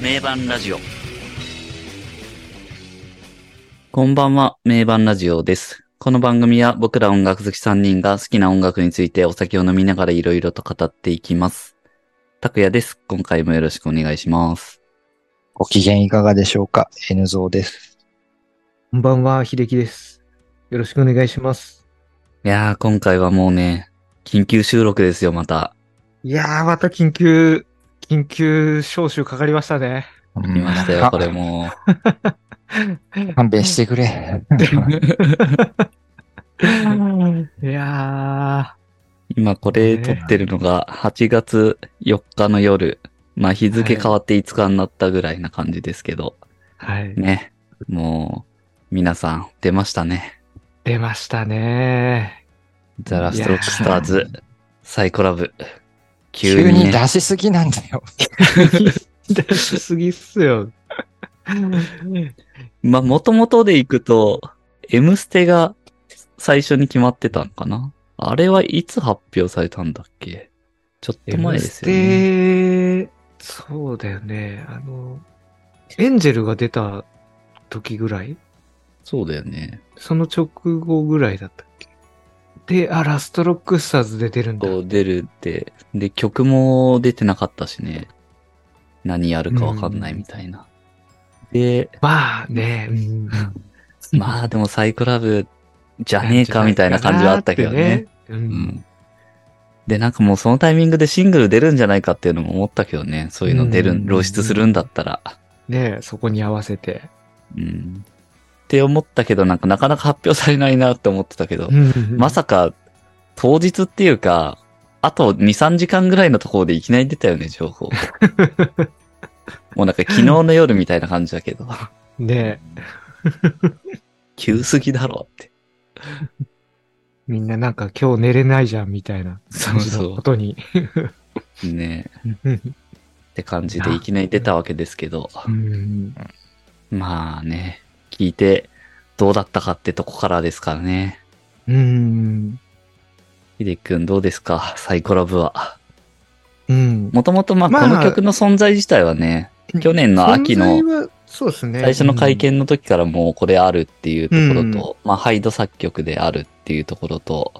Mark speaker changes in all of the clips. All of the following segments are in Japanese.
Speaker 1: 名盤ラジオ。こんばんは、名盤ラジオです。この番組は僕ら音楽好き3人が好きな音楽についてお酒を飲みながらいろいろと語っていきます。拓也です。今回もよろしくお願いします。
Speaker 2: ご機嫌いかがでしょうか ?N ゾーです。
Speaker 3: こんばんは、秀樹です。よろしくお願いします。
Speaker 1: いやー、今回はもうね、緊急収録ですよ、また。
Speaker 3: いやー、また緊急、緊急招集かかりましたね。
Speaker 1: 見ましたよ、これ も
Speaker 2: か勘弁して くれ。
Speaker 3: いや
Speaker 1: 今これ撮ってるのが8月4日の夜。まあ日付変わって5日になったぐらいな感じですけど。
Speaker 3: ー、はい。
Speaker 1: ね。もう、皆さん出ましたね。
Speaker 3: 出ましたね。
Speaker 1: ザラストロックスターズ、サイコラブ。急
Speaker 2: 急
Speaker 1: に、
Speaker 2: に
Speaker 1: ね、
Speaker 2: 出しすぎなんだよ。
Speaker 3: 出しすぎっすよ。
Speaker 1: まあ元々でいくと、M ステが最初に決まってたんかなあれはいつ発表されたんだっけちょっと前ですよね。
Speaker 3: ね。そうだよね。あの、エンジェルが出た時ぐらい
Speaker 1: そうだよね。
Speaker 3: その直後ぐらいだったっけで、あ、ラストロックスターズで出るんだ。
Speaker 1: こう出るって、で、曲も出てなかったしね。何やるかわかんないみたいな。で、
Speaker 3: まあね。うん
Speaker 1: まあでもサイコラブじゃねえかみたいな感じはあったけどね。。う
Speaker 3: う。
Speaker 1: んん。で、なんかもうそのタイミングでシングル出るんじゃないかっていうのも思ったけどね。そういうの出る
Speaker 3: うん
Speaker 1: ん、露出するんだったら。
Speaker 3: ねそこに合わせて。
Speaker 1: うん。って思ったけど、なんかなかなか発表されないなって思ってたけど、まさか当日っていうか、あと2、3時間ぐらいのところでいきなり出たよね、情 報。もうなんか昨日の夜みたいな感じだけど、
Speaker 3: ね
Speaker 1: 急すぎだろって。
Speaker 3: みんななんか今日寝れないじゃんみたいな
Speaker 1: そ
Speaker 3: 感
Speaker 1: う
Speaker 3: じの
Speaker 1: そ
Speaker 3: ことに。
Speaker 1: う。ね
Speaker 3: うん
Speaker 1: って感じでいきなり出たわけですけど、
Speaker 3: うん
Speaker 1: まあね、聞いてどうだったかってとこからですからね。
Speaker 3: うん。
Speaker 1: ひでくんどうですかサイコラブは。
Speaker 3: うん。
Speaker 1: もともとまあ
Speaker 3: まあ
Speaker 1: この曲の存在自体はね、去年の秋の
Speaker 3: 存在は。そうですね。
Speaker 1: 最初の会見の時からもうこれあるっていうところと、まあハイド作曲であるっていうところと、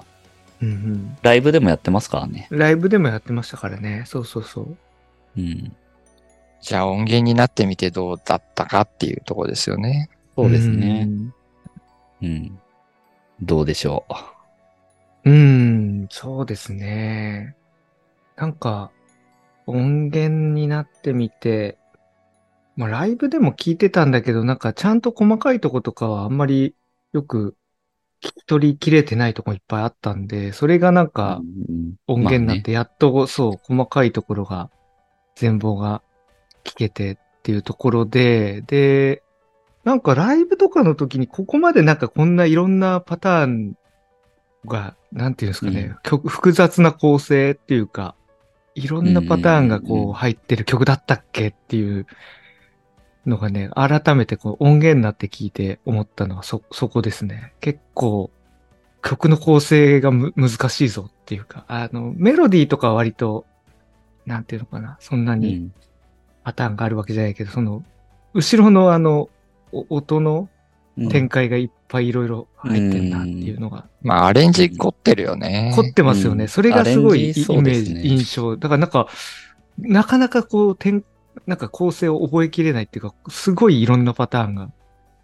Speaker 3: うん。うん
Speaker 1: ライブでもやってますからね。
Speaker 3: うんライブでもやってましたからね。そうそうそう。
Speaker 1: うん。
Speaker 2: じゃあ音源になってみてどうだったかっていうとこですよね。
Speaker 1: そうですね
Speaker 3: う。ん。
Speaker 1: うん。どうでしょう。
Speaker 3: うん、そうですね。なんか、音源になってみて、まあライブでも聞いてたんだけど、なんかちゃんと細かいとことかはあんまりよく聞き取りきれてないとこいっぱいあったんで、それがなんか
Speaker 1: うん
Speaker 3: 音源になっ。
Speaker 1: ま
Speaker 3: てやっと、そう、細かいところが、全貌が聞けてっていうところで、で、なんかライブとかの時にここまでなんかこんないろんなパターンが、なんていうんですかね、曲複雑な構成っていうか、いろんなパターンが
Speaker 1: うんうんうんう
Speaker 3: こ
Speaker 1: ん
Speaker 3: う入ってる曲だったっけっていうのがね、改めてこう音源になって聞いて思ったのはそ、そこですね。結構曲の構成がむ難しいぞっていうか、あの、メロディーとかは割と、なんていうのかな、そんな
Speaker 1: あね
Speaker 3: にパターンがあるわけじゃないけど、その、後ろのあの、お音の
Speaker 1: うん
Speaker 3: 展開がいっぱいいろいろ入ってるなっていうのが、
Speaker 2: まあアレンジ凝ってるよね。
Speaker 3: 凝ってますよ
Speaker 1: うん
Speaker 3: ね。それがすご
Speaker 1: アレン
Speaker 3: いイ
Speaker 1: ジ
Speaker 3: イ
Speaker 1: そう
Speaker 3: メ
Speaker 1: で
Speaker 3: ー
Speaker 1: す
Speaker 3: ジ、
Speaker 1: ね
Speaker 3: 印象。だからなんか、なかなかこう、展なんか構成を覚えきれないっていうか、すごいいろんなパターンが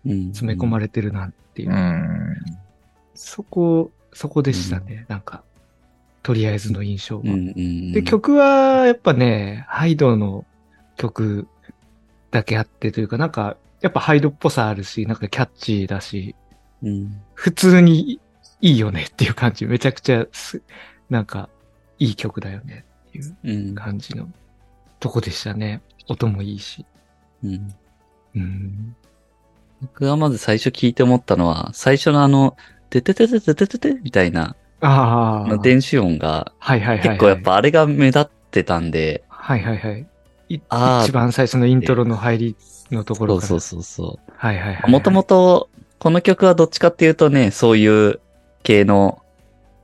Speaker 3: 詰め込ま
Speaker 1: れ
Speaker 3: れてるなっていう。
Speaker 2: うん。
Speaker 3: そこ、そこでしたね。なんか、とりあえずの印象は。
Speaker 1: うんうん
Speaker 3: で、曲は、やっぱね、ハイドの曲だけあってというか、なんか、やっぱハイドっぽさあるし、なんかキャッチーだし、
Speaker 1: うん
Speaker 3: 普通にいいよねっていう感じ。めちゃくちゃす、なんか、いい曲だよねっていう
Speaker 1: うん
Speaker 3: 感じのとこでしたね。音もいいし。
Speaker 1: うん
Speaker 3: うん。
Speaker 1: 僕がまず最初聞いて思ったのは、最初のあの、ててててててててみたいな、
Speaker 3: あ
Speaker 1: あ
Speaker 3: あ。
Speaker 1: の、電子音が、
Speaker 3: はいはいはい、は
Speaker 1: 結
Speaker 3: い。
Speaker 1: 構やっ。ぱあれが目立ってたんで、
Speaker 3: はいはいはい。い
Speaker 1: あー
Speaker 3: 一番最初のイントロの入りのとこ
Speaker 1: そ
Speaker 3: ろ
Speaker 1: う
Speaker 3: から。
Speaker 1: そうそうそ
Speaker 3: はいはいは
Speaker 1: う。
Speaker 3: い。
Speaker 1: もともと、この曲はどっちかっていうとね、そういう系の、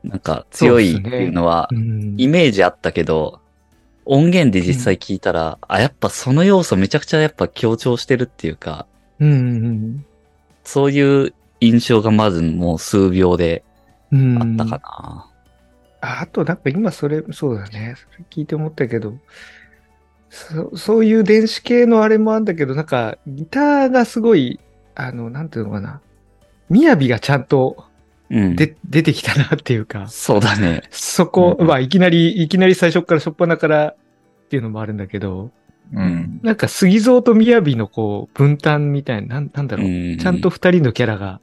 Speaker 1: なんか強いっていうのは
Speaker 3: う、ん、
Speaker 1: イメージあったけど、音源で実際聞いたら、あ、やっぱその要素めちゃくちゃやっぱ強調してるっていうか、
Speaker 3: うんうん
Speaker 1: そういう印象がまずもう数秒で
Speaker 3: うん。うん
Speaker 1: あったかな。
Speaker 3: ああと、なんか今それ、そうだね。それ聞いて思ったけど、そそういう電子系のあれもあるんだけど、なんかギターがすごい、あの、なんていうのかな。雅がちゃんと
Speaker 1: うん。
Speaker 3: で、出てきたなっていうか、
Speaker 1: そうだね。
Speaker 3: そこ、
Speaker 1: うん
Speaker 3: まあいきなり、いきなり最初から初っ端からっていうのもあるんだけど、
Speaker 2: うん。
Speaker 3: なんか杉蔵と雅のこう分担みたいな、なんなんだ
Speaker 1: う
Speaker 3: ろう。
Speaker 1: ん。
Speaker 3: ちゃんと、二人のキャラが、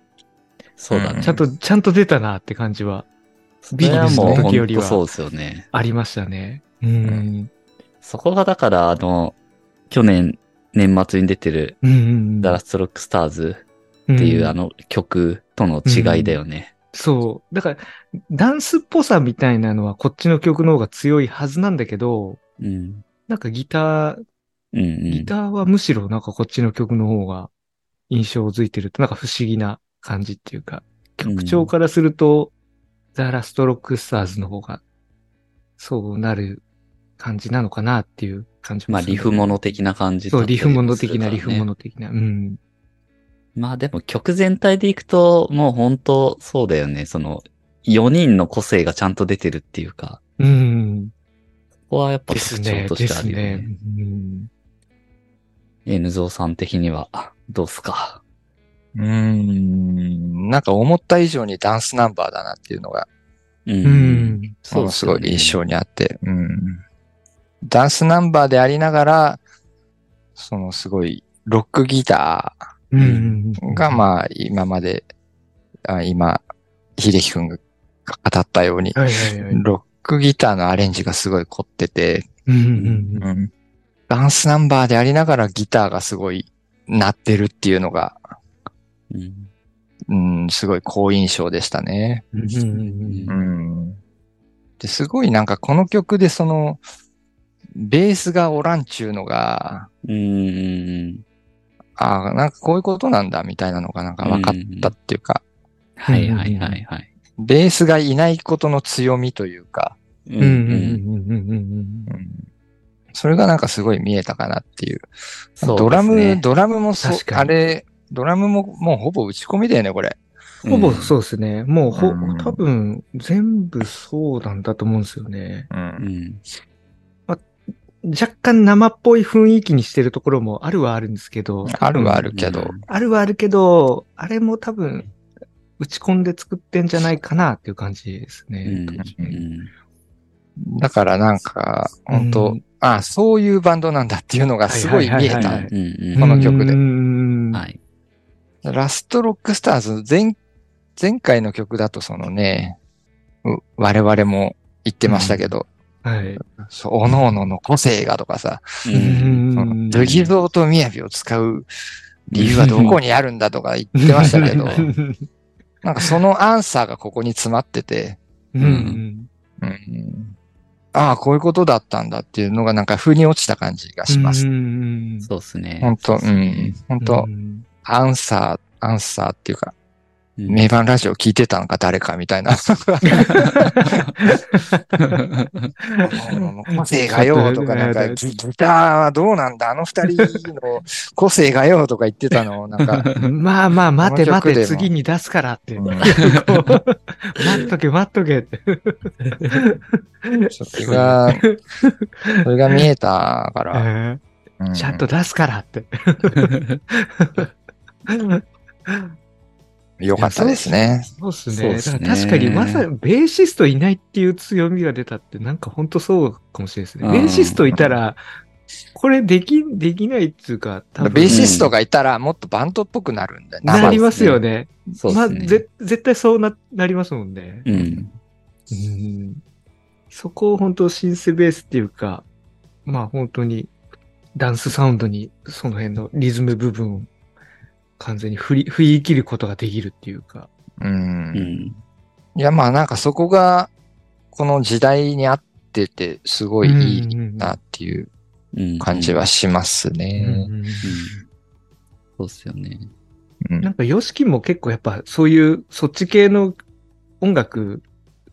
Speaker 1: そうだね。
Speaker 3: ちゃんと、ちゃんと出たなって感じはビ
Speaker 1: それ
Speaker 3: ギネ
Speaker 1: は
Speaker 3: ス
Speaker 1: も
Speaker 3: の
Speaker 1: う
Speaker 3: 時より
Speaker 1: 本当そう
Speaker 3: は
Speaker 1: ですよね。
Speaker 3: ありましたね。うん。
Speaker 1: そこがだから、あの、去年、年末に出てる、
Speaker 3: うんうん。
Speaker 1: ダラストロックスターズっていう、
Speaker 3: ん
Speaker 1: あの曲との違いだよね。
Speaker 3: そう。だから、ダンスっぽさみたいなのはこっちの曲の方が強いはずなんだけど、
Speaker 1: うん。
Speaker 3: なんかギター、
Speaker 1: うんうん。
Speaker 3: ギターはむしろなんかこっちの曲の方が印象づいてると、なんか不思議な感じっていうか、曲調からすると、ザ・ラストロックスターズの方が、そうなる感じなのかなっていう感じ
Speaker 1: まあ、リフモノ的な感じだ
Speaker 3: そ
Speaker 1: っ
Speaker 3: う、
Speaker 1: たり
Speaker 3: リ
Speaker 1: もする
Speaker 3: フ
Speaker 1: からね
Speaker 3: モノ的な、リフモノ的な。うん。
Speaker 1: まあでも曲全体でいくと、もう本当そうだよね。その、4人の個性がちゃんと出てるっていうか、
Speaker 3: うん。
Speaker 1: ここはやっぱ
Speaker 3: で
Speaker 1: 特
Speaker 3: す
Speaker 1: 徴
Speaker 3: ね。
Speaker 1: と
Speaker 3: で
Speaker 1: してあ
Speaker 3: す
Speaker 1: るよ
Speaker 3: ね
Speaker 1: ね。。N ゾウさん的には、どうっすか
Speaker 2: うん。なんか思った以上にダンスナンバーだなっていうのが、
Speaker 1: う
Speaker 3: うん。う。ん。
Speaker 2: も
Speaker 1: っ
Speaker 2: のすごい印
Speaker 1: よね。
Speaker 2: 象にあって、うん。ダンスナンバーでありながら、そのすごい、ロックギタ
Speaker 3: うん。
Speaker 2: ーが、まあ、今まで、あ今、秀樹くんが語ったように、
Speaker 3: あ、はいはいはい。
Speaker 2: ロックギターのアレンジがすごい凝ってて、
Speaker 3: うんうんうん。
Speaker 2: うん、ダンスナンバーでありながらギターがすごい鳴ってるっていうのが、
Speaker 1: うん
Speaker 2: うん、すごい好印象でしたね。
Speaker 1: うん
Speaker 2: うん、ですごいなんかこの曲でその、ベースがおらんちゅうのが、
Speaker 1: うん。
Speaker 2: ああ、なんかこういうことなんだみたいなのがなんか分かったっていうか、
Speaker 1: はいはいはいはい。
Speaker 2: ベースがいないことの強みというか、
Speaker 1: う
Speaker 3: うんうんうんうんうん
Speaker 2: うん、それがなんかすごい見えたかなっていう。
Speaker 1: そうですね
Speaker 2: ドラム、ドラムもそう
Speaker 3: 確、かに
Speaker 2: あれ、ドラムももうほぼ打ち込みだよね、これ。
Speaker 3: うん。ほぼそうですね。もうほ
Speaker 2: うん、
Speaker 3: 多分、全部そうなんだと思うんですよね。
Speaker 2: う。
Speaker 1: うんん。
Speaker 3: 若干生っぽい雰囲気にしてるところもあるはあるんですけど。
Speaker 2: あるはあるけど、
Speaker 3: あるはあるけど、あれも多分、打ち込んで作ってんじゃないかなっていう感じです
Speaker 1: う
Speaker 3: ね
Speaker 1: ん。。うん
Speaker 2: だからなんか、本当、
Speaker 3: うん
Speaker 2: あそういうバンドなんだっていうのがすごい見え
Speaker 3: はいはいはい
Speaker 2: た
Speaker 3: は。い
Speaker 1: うん
Speaker 2: この曲で
Speaker 3: うん
Speaker 1: はい。
Speaker 2: ラストロックスターズ、前、前回の曲だとそのね、う我々も言ってましたけど、
Speaker 3: はい。
Speaker 2: そう、おののの個性がとかさ、
Speaker 1: う
Speaker 2: そのルギゾーとみやびを使う理由はどこにあるんだとか言ってましたけど、 なんかそのアンサーがここに詰まってて、
Speaker 3: うん。
Speaker 2: うん、ああ、こういうことだったんだっていうのがなんか腑に落ちた感じがします。
Speaker 3: うん。
Speaker 1: そうですね。
Speaker 2: 本当、う
Speaker 1: そうっすね
Speaker 2: ん、本当、
Speaker 3: うん
Speaker 2: アンサー、アンサーっていうか、
Speaker 1: うん
Speaker 2: 名盤ラジオ聞いてたのか誰かみたいな。個性がよとか、なん か、ギギターはどうなんだあの二人の個性がよとか言ってたのを、なん か、
Speaker 3: まあまあ、待て
Speaker 2: この
Speaker 3: 待
Speaker 2: 曲で
Speaker 3: て、
Speaker 2: も
Speaker 3: 次に出すからって。
Speaker 2: う
Speaker 3: こ
Speaker 2: ん
Speaker 3: う待っとけ待っとけって。
Speaker 2: それが、それが見えたから、うん
Speaker 3: ちゃんと出すからって。
Speaker 2: 良かったですね。
Speaker 3: そうっす
Speaker 1: そうっ
Speaker 3: ね。だ
Speaker 1: す
Speaker 3: か
Speaker 1: ね
Speaker 3: ら確かに、まさに、ベーシストいないっていう強みが出たって、なんかほんとそうかもしれないですね。
Speaker 1: うん
Speaker 3: ベーシストいたら、これでき、できないっていうか、多
Speaker 2: ベ
Speaker 3: 分
Speaker 2: ーシストがいたら、もっとバンドっぽくなるんだよ。
Speaker 3: なりますよ
Speaker 2: ね。
Speaker 3: ね。
Speaker 1: そう
Speaker 3: ま
Speaker 1: で
Speaker 3: あ、
Speaker 1: すね。
Speaker 3: ぜ絶対そうな、なりますもんね。
Speaker 1: うん。
Speaker 3: うんそこを本当シンセベースっていうか、まあ本当にダンスサウンドにその辺のリズム部分を完全に振り、振り切ることができるっていうか。
Speaker 2: う。
Speaker 1: うんん。
Speaker 2: いや、まあなんかそこが、この時代に合ってて、すごいいい
Speaker 3: い
Speaker 2: なっていう
Speaker 1: うん
Speaker 2: 感じは。します
Speaker 3: う
Speaker 2: ね。
Speaker 3: ん
Speaker 1: うんそうっすよね。
Speaker 2: うん
Speaker 3: なんか、ヨシキも結構やっぱそういう、そっち系の音楽、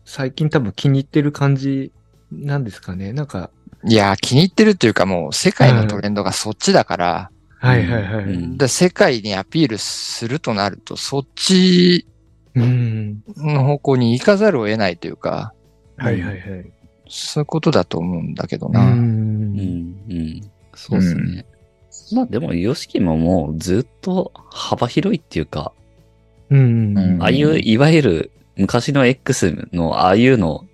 Speaker 3: 最近多分気に入ってる感じなんですかね。なんか、
Speaker 2: いやー、気に入ってるっていうかもう世界のトレンドがそっちだから、
Speaker 3: はいはいは
Speaker 1: う
Speaker 3: い。
Speaker 1: ん
Speaker 2: で世界にアピールするとなると、そっち
Speaker 3: うん。
Speaker 2: の方向に行かざるを得ないというか、
Speaker 3: はいはいはい。
Speaker 2: そういうことだと思うんだけど
Speaker 3: う。
Speaker 2: な。
Speaker 1: うんん。そうですね。まあでも、ヨシキももうずっと幅広いっていうか、
Speaker 3: うん。
Speaker 2: うん
Speaker 1: ああいう、いわゆる昔の X のああいうの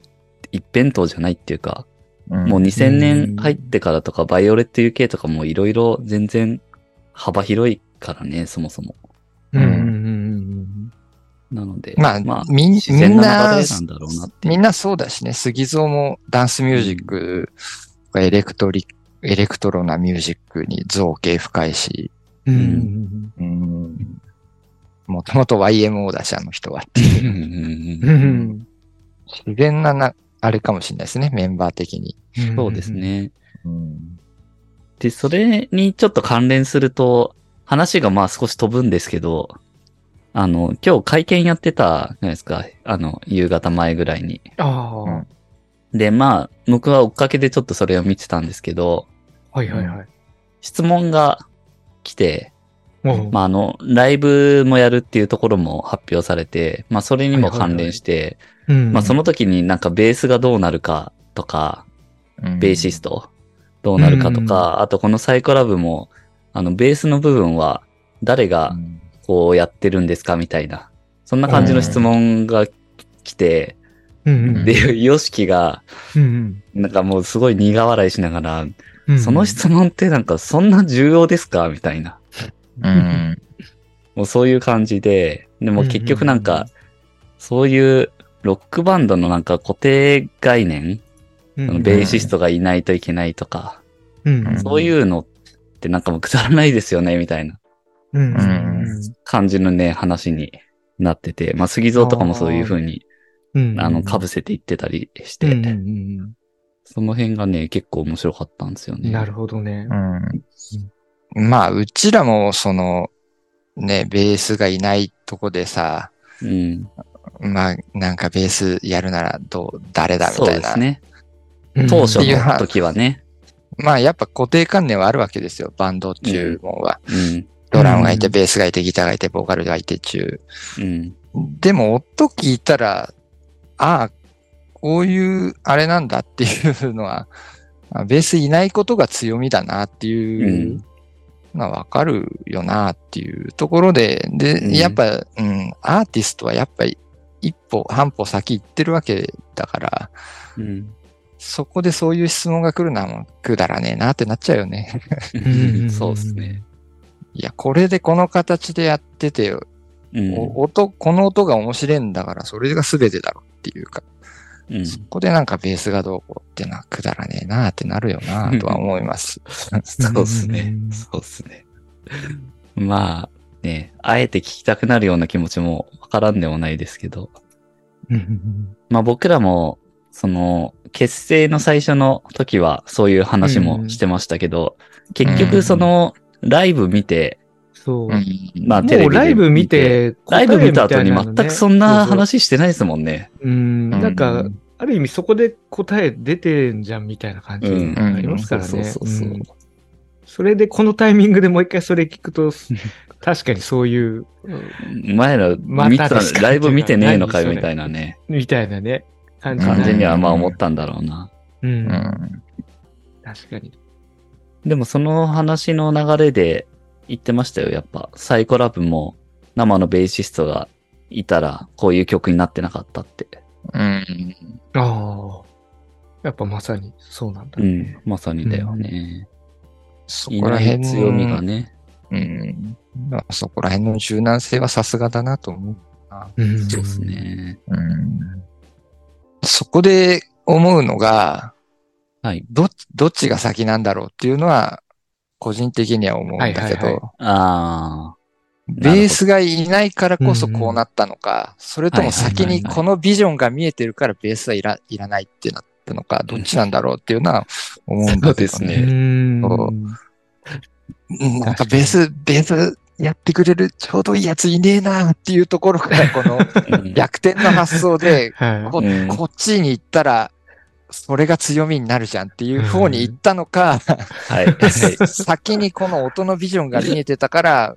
Speaker 1: 一辺倒じゃないっていうか、
Speaker 2: うん
Speaker 1: もう2000
Speaker 3: うん
Speaker 1: 年入ってからとか、バイオレット UK とかもいろいろ全然幅広いからね、そもそも。
Speaker 3: うん。うん。
Speaker 1: なので、
Speaker 2: まあ、みん
Speaker 1: 自
Speaker 2: み
Speaker 1: 然
Speaker 2: ん
Speaker 1: な
Speaker 2: な
Speaker 1: 流れなんだろうなっていう。
Speaker 2: みんなそうだしね、杉蔵もダンスミュージックとかエレクトリ、エレクトロなミュージックに造形深いし、
Speaker 3: うん。
Speaker 2: うん、もともと YMO だし、あの人はっていうう。
Speaker 1: んうん
Speaker 3: う
Speaker 1: うん
Speaker 3: ん。
Speaker 2: 自然なな、あれかもしれないですね、メンバー的に。
Speaker 1: そうです。ね。
Speaker 2: うん。
Speaker 1: で、それにちょっと関連すると、話がまあ少し飛ぶんですけど、あの、今日会見やってたじゃないですか。あの、夕方前ぐらいに。
Speaker 3: あ
Speaker 2: うん
Speaker 1: で、まあ、僕は追っかけでちょっとそれを見てたんですけど、
Speaker 3: あ。はいはいはい。
Speaker 1: 質問が来て、
Speaker 3: お
Speaker 1: まあ、あの、ライブもやるっていうところも発表されて、まあ、それにも関連して、
Speaker 3: うん
Speaker 1: まあ、その時になんかベースがどうなるかとか、ベーシス
Speaker 2: ト。
Speaker 1: トどうなるかとか、あとこのサイコラブも、あの、ベースの部分は誰が
Speaker 2: うん
Speaker 1: こうやってるんですかみたいな、そんな感じの質問が来て、
Speaker 3: うん
Speaker 1: で、ヨシキが、
Speaker 3: うん
Speaker 1: なんかもうすごい苦笑いしながら、
Speaker 3: うん。
Speaker 1: その質問ってなんかそんな重要ですかみたいな。
Speaker 2: う。ん。
Speaker 1: もうそういう感じで、でも結局なん
Speaker 3: うんうんう
Speaker 1: か
Speaker 3: ん、
Speaker 1: そういうロックバンドのなんか固定概念、あのベーシストがいないといけないとか、
Speaker 3: うん。
Speaker 1: そういうのってなんかもうくだらないですよね、みたいな
Speaker 3: うん。
Speaker 1: 感じのね、話になってて、まあ、杉蔵とかもそういう風に、
Speaker 3: うん。
Speaker 1: あの、被せていってたりして、
Speaker 3: うん。
Speaker 1: その辺がね、結構面白かったんですよね。
Speaker 3: なるほどね。
Speaker 2: うん。まあ、うちらも、その、ね、ベースがいないとこでさ、
Speaker 1: うん。
Speaker 2: まあ、なんかベースやるならどう、誰だみ
Speaker 1: そう
Speaker 2: たい
Speaker 1: で
Speaker 2: な。
Speaker 1: すね。当初
Speaker 2: っていう
Speaker 1: の時はね。
Speaker 2: まあ、やっぱ固定観念はあるわけですよ、バンド注文は。
Speaker 1: うん。
Speaker 2: ドラムがいて、
Speaker 3: うん
Speaker 2: ベースがいて、ギターがいて、ボーカルがいて中。
Speaker 1: うん。
Speaker 2: でも、音聞いたら、ああ、こういう、あれなんだっていうのは、あベースいないことが強みだなっていう
Speaker 1: うん
Speaker 2: まあ、わかるよなっていうところで、で、
Speaker 1: うん
Speaker 2: やっぱ、うん、アーティストはやっぱり一歩、半歩先行ってるわけだから、
Speaker 1: うん。
Speaker 2: そこでそういう質問が来るのはもうくだらねえなってなっちゃうよね。
Speaker 3: ん
Speaker 1: そうですね。
Speaker 2: いや、これでこの形でやってて、
Speaker 1: うん。
Speaker 2: お音、この音が面白いんだから、それが全てだろっていうか、
Speaker 1: うん
Speaker 2: そこでなんかベースがどうこうってのはくだらねえなってなるよなとは思い ます。
Speaker 1: そうですね
Speaker 3: う。ん
Speaker 1: そうですね。まあ、ね、あえて聞きたくなるような気持ちもわからんでもないですけど。
Speaker 3: うん。
Speaker 1: まあ僕らも、その、結成の最初の時はそういう話もしてましたけど、結局その、ライブ見て、
Speaker 3: そう。
Speaker 1: まあテレビ
Speaker 3: も
Speaker 1: で
Speaker 3: うライブ見、て、
Speaker 1: ライブ見た後に全くそんな
Speaker 3: 話
Speaker 1: 話してないですもんね。
Speaker 3: うん、なん
Speaker 2: う
Speaker 3: か
Speaker 2: ん、
Speaker 3: ある意味そこで答え出てんじゃんみたいな感じ
Speaker 1: うん
Speaker 3: ありますからね。
Speaker 1: そうそうそうそう
Speaker 3: うんそれでこのタイミングでもう一回それ聞くと、確かにそういう、
Speaker 1: 前ら
Speaker 3: ま
Speaker 1: 見て
Speaker 3: た
Speaker 1: た、
Speaker 3: ですか
Speaker 1: ライブ見てねえのかよ
Speaker 3: 何それ
Speaker 1: みたいなね、
Speaker 3: みたいなね、感じ
Speaker 1: 感じには
Speaker 2: うん
Speaker 1: まあ思ったんだろうな。
Speaker 3: うん
Speaker 2: う、ん。
Speaker 3: 確かに。
Speaker 1: でもその話の流れで言ってましたよ、やっぱ。サイコラブも生のベーシストがいたらこういう曲になってなかったって。
Speaker 2: うん。
Speaker 3: ああ。やっぱまさにそうなんだ
Speaker 1: う
Speaker 3: ね。
Speaker 1: ん、まさにだよね。
Speaker 2: そ
Speaker 1: い
Speaker 2: こら
Speaker 1: な
Speaker 2: 辺
Speaker 1: い
Speaker 2: の
Speaker 1: 強みがね。
Speaker 2: うん。まあそこら辺の柔軟性はさすがだなと思う。
Speaker 3: うん
Speaker 1: そうです。ね。
Speaker 2: うん。そこで思うのが、
Speaker 1: はい。
Speaker 2: どっ、どっちが先なんだろうっていうのは、個人的には思うんだ
Speaker 3: は
Speaker 2: け
Speaker 3: いはいはい
Speaker 2: ど、
Speaker 1: ああ。
Speaker 2: ベースがいないからこそこうなったのか、それとも先
Speaker 1: はいはい
Speaker 2: に
Speaker 1: はいはい
Speaker 2: このビジョンが見えてるからベースはいらいらないってなったのか、どっちなんだろうっていうのは思うんだけど
Speaker 1: そうです
Speaker 3: う
Speaker 1: ね
Speaker 2: ね。
Speaker 3: ん。
Speaker 2: そううんなんか
Speaker 3: 確か
Speaker 2: ベ
Speaker 3: に
Speaker 2: ース、ベースやってくれるちょうどいいやついねえなっていうところからこの
Speaker 1: うん
Speaker 2: 逆転の発想で、
Speaker 3: は
Speaker 2: こ
Speaker 1: うん
Speaker 2: こっちに行ったら、それが強みになるじゃんっていう方に行ったのか、
Speaker 1: はい。はい
Speaker 2: 先にこの音のビジョンが見えてたから、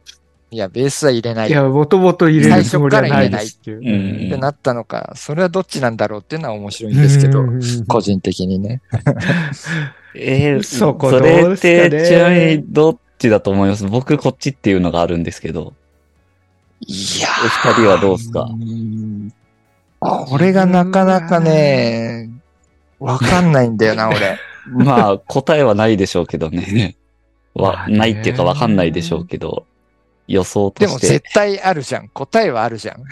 Speaker 2: いや、ベースは入れない
Speaker 3: いや、もともと入れるつもりはないですって
Speaker 1: 最初から入れない
Speaker 3: いう
Speaker 2: ってなったのか、それはどっちなんだろうっていうのは面白いんですけど、個人的にね。
Speaker 1: えー、
Speaker 3: そ
Speaker 1: そ
Speaker 3: こどう
Speaker 1: れ
Speaker 3: で
Speaker 1: っ
Speaker 3: すかね
Speaker 1: て、ちなみにどっちだと思います僕、こっちっていうのがあるんですけど、
Speaker 2: いや
Speaker 1: お二人はどうですか
Speaker 2: これがなかなかね、わかんないんだよな、俺。
Speaker 1: まあ、答えはないでしょうけどね。
Speaker 3: ま
Speaker 1: は
Speaker 3: あ、ね
Speaker 1: ないっていうかわかんないでしょうけど、予想と
Speaker 2: でも
Speaker 1: して。
Speaker 2: 絶対あるじゃん。答えはあるじゃん。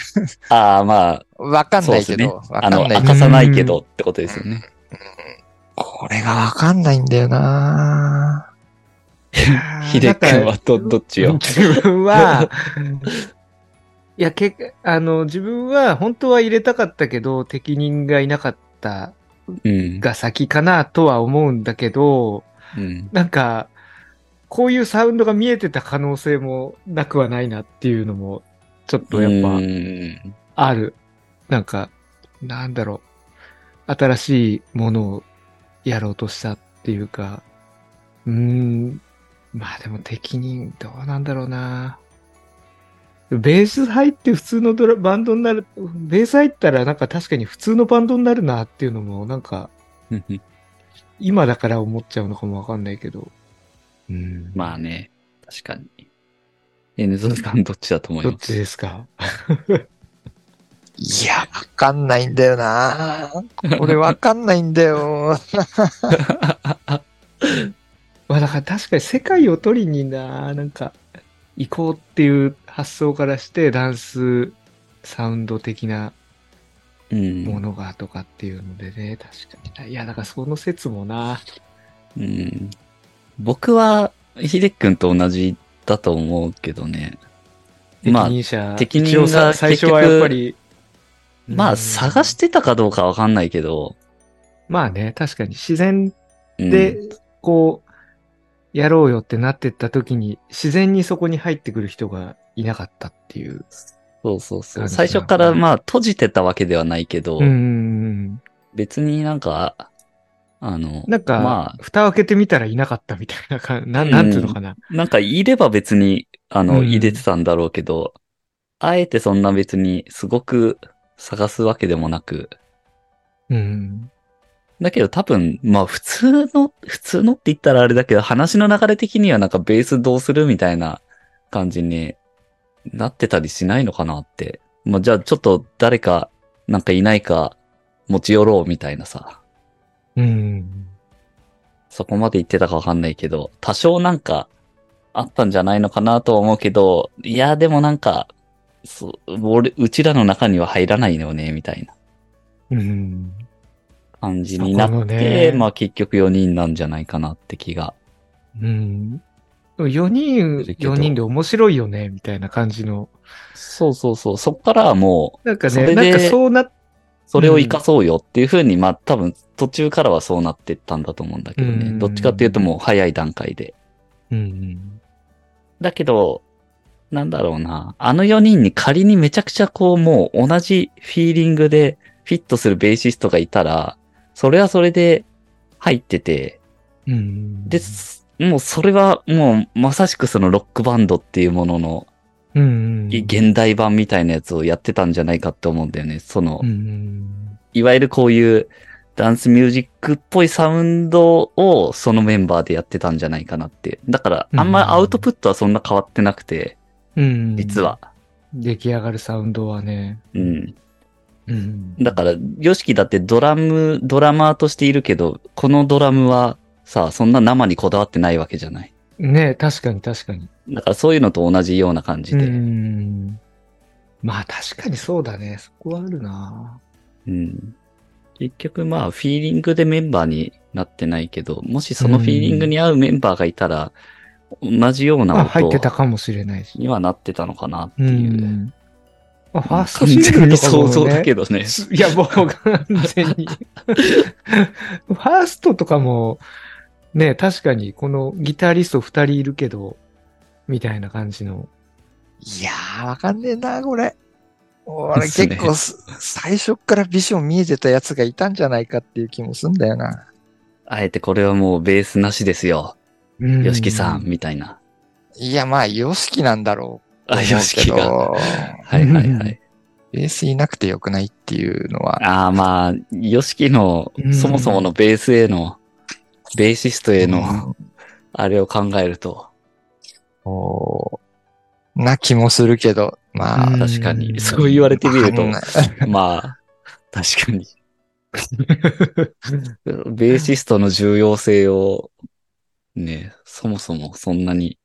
Speaker 1: ああ、まあ、
Speaker 2: わかんないけ
Speaker 1: そ
Speaker 2: ど、わ
Speaker 1: あ
Speaker 2: か
Speaker 1: の、
Speaker 2: んな
Speaker 1: 明
Speaker 2: いけど
Speaker 1: か。さないけどってことですよね。
Speaker 2: これがわかんないんだよな
Speaker 1: ヒデ君はど、どっちよ。
Speaker 3: 自分は、いや、け、あの、自分は本当は入れたかったけど、適任がいなかった
Speaker 1: うん。
Speaker 3: が先かなとは思うんだけど、
Speaker 1: うん。
Speaker 3: なんか、こういうサウンドが見えてた可能性もなくはないなっていうのも、ちょっとやっぱ、
Speaker 1: うん
Speaker 3: ある。なんか、なんだろう。新しいものをやろうとしたっていうか、うーん。まあでも適任、どうなんだろうな。ベース入って普通のドラバンドになる、ベース入ったらなんか確かに普通のバンドになるなっていうのも、なんか、今だから思っちゃうのかもわかんないけど。うん。
Speaker 1: まあね、確かに。え、ヌゾさんどっちだと思い
Speaker 3: ど
Speaker 1: ま
Speaker 3: っ
Speaker 1: す
Speaker 3: ちですか
Speaker 2: いや、わかんないんだよなこれわかんないんだよ。
Speaker 3: まあだから確かに世界を取りにな、なんか、行こうっていう発想からして、ダンス、サウンド的な
Speaker 1: うん
Speaker 3: ものがとかっていうのでね、確かにな。いや、だからその説もな。
Speaker 1: うん僕は、ヒデ君と同じだと思うけどね。まあ
Speaker 3: 適任者、
Speaker 1: 適任
Speaker 3: 一応さ
Speaker 1: が
Speaker 3: 最初はやっぱり。
Speaker 1: ま
Speaker 3: う
Speaker 1: あ、
Speaker 3: ん
Speaker 1: 探し。てたかどうかわかんないけど。
Speaker 3: まあね、確かに自然
Speaker 1: うん
Speaker 3: で、こう、やろうよってなってった時に、自然にそこに入ってくる人がいなかったっていう。
Speaker 1: そうそうそ
Speaker 3: 感
Speaker 1: う。
Speaker 3: じ
Speaker 1: 最初から、まあ、閉じてたわけではないけど、
Speaker 3: うん。
Speaker 1: 別になんか、あの、
Speaker 3: なんか、
Speaker 1: ま
Speaker 3: 蓋を開けてみたらいなかったみたいなか、な
Speaker 1: うん
Speaker 3: なんつうのかな。
Speaker 1: あ、なんか、いれば別に、あの、
Speaker 3: うん
Speaker 1: 入れてたんだろうけど、あえてそんな別に、すごく探すわけでもなく、
Speaker 3: うん。
Speaker 1: だけど多分、まあ普通の、普通のって言ったらあれだけど、話の流れ的にはなんかベースどうするみたいな感じになってたりしないのかなって。まあじゃあちょっと誰か、なんかいないか持ち寄ろうみたいなさ、
Speaker 3: うん。
Speaker 1: そこまで言ってたかわかんないけど、多少なんかあったんじゃないのかなとは思うけど、いやでもなんか、そう、俺、うちらの中には入らないよね、みたいな
Speaker 3: うん。
Speaker 1: 感じにな
Speaker 3: そこの
Speaker 1: っ
Speaker 3: ね
Speaker 1: て、まあ結局4人なんじゃないかなって気が。
Speaker 3: うん。4人、4人で面白いよね、みたいな感じの。
Speaker 1: そうそうそう。そこからはもう、
Speaker 3: なんか
Speaker 1: そ
Speaker 3: ね、
Speaker 1: れで
Speaker 3: なんかそうなっ、
Speaker 1: それを活かそうよっていうふうに、まあ多分途中からはそうなってったんだと思うんだけどね。
Speaker 3: うん
Speaker 1: どっちかっていうともう早い段階で。
Speaker 3: うん。
Speaker 1: だけど、なんだろうな。あの4人に仮にめちゃくちゃこうもう同じフィーリングでフィットするベーシストがいたら、それはそれで入ってて、
Speaker 3: うん。
Speaker 1: で、すもうそれはもうまさしくそのロックバンドっていうものの
Speaker 3: うん。
Speaker 1: 現代版みたいなやつをやってたんじゃないかって思うんだよね。その、
Speaker 3: うん。
Speaker 1: いわゆるこういうダンスミュージックっぽいサウンドをそのメンバーでやってたんじゃないかなって。だから、あんまりアウトプットはそんな変わってなくて、
Speaker 3: うん。
Speaker 1: 実。は。
Speaker 3: 出来上がるサウンドはね。
Speaker 1: うん。
Speaker 3: うん。
Speaker 1: だから、ヨシキだってドラム、ドラマーとしているけど、このドラムはさ、そんな生にこだわってないわけじゃない。
Speaker 3: ね、確かに確かに。
Speaker 1: だからそういうのと同じような感じで。
Speaker 3: う
Speaker 1: うん。
Speaker 3: ん。まあ確かにそうだね。そこはあるな。
Speaker 1: 結局まあ、フィーリングでメンバーになってないけど、もしそのフィーリングに合うメンバーがいたら、同じような音
Speaker 3: まあ
Speaker 1: を
Speaker 3: 入ってたかもしれないし。
Speaker 1: にはなってたのかなって
Speaker 3: う
Speaker 1: いう。
Speaker 3: ん。まあ、ファースト
Speaker 1: 完
Speaker 3: シング
Speaker 1: 全
Speaker 3: ル
Speaker 1: に
Speaker 3: とかも、ね、
Speaker 1: 想像だけどね。
Speaker 3: いや、もう完全に。 ファーストとかも、ね、確かにこのギタリスト二人いるけど、みたいな感じの。
Speaker 2: いやー、わかんねえな、これ。俺
Speaker 1: ですね
Speaker 2: 結構す、最初からビジョン見えてたやつがいたんじゃないかっていう気もすんだよな。
Speaker 1: あえてこれはもうベースなしですよ。
Speaker 3: うん
Speaker 1: ヨシキさん、。みたいな。
Speaker 2: いや、まあ、ヨシキなんだろう。
Speaker 1: あ、ヨシキが。
Speaker 2: が。
Speaker 1: はいはいはい。
Speaker 2: ベースいなくてよくないっていうのは。
Speaker 1: ああ、まあ、ヨシキの
Speaker 3: う、ん
Speaker 1: そもそものベースへの、ベーシストへ
Speaker 2: う
Speaker 1: の、
Speaker 2: ん
Speaker 1: あれを考えると、
Speaker 2: こうな気もするけど、まあ。
Speaker 3: うん
Speaker 1: 確かに。そう言われてみると
Speaker 2: わ、かんない
Speaker 1: まあ、確かに。ベーシストの重要性を、ね、そもそもそんなに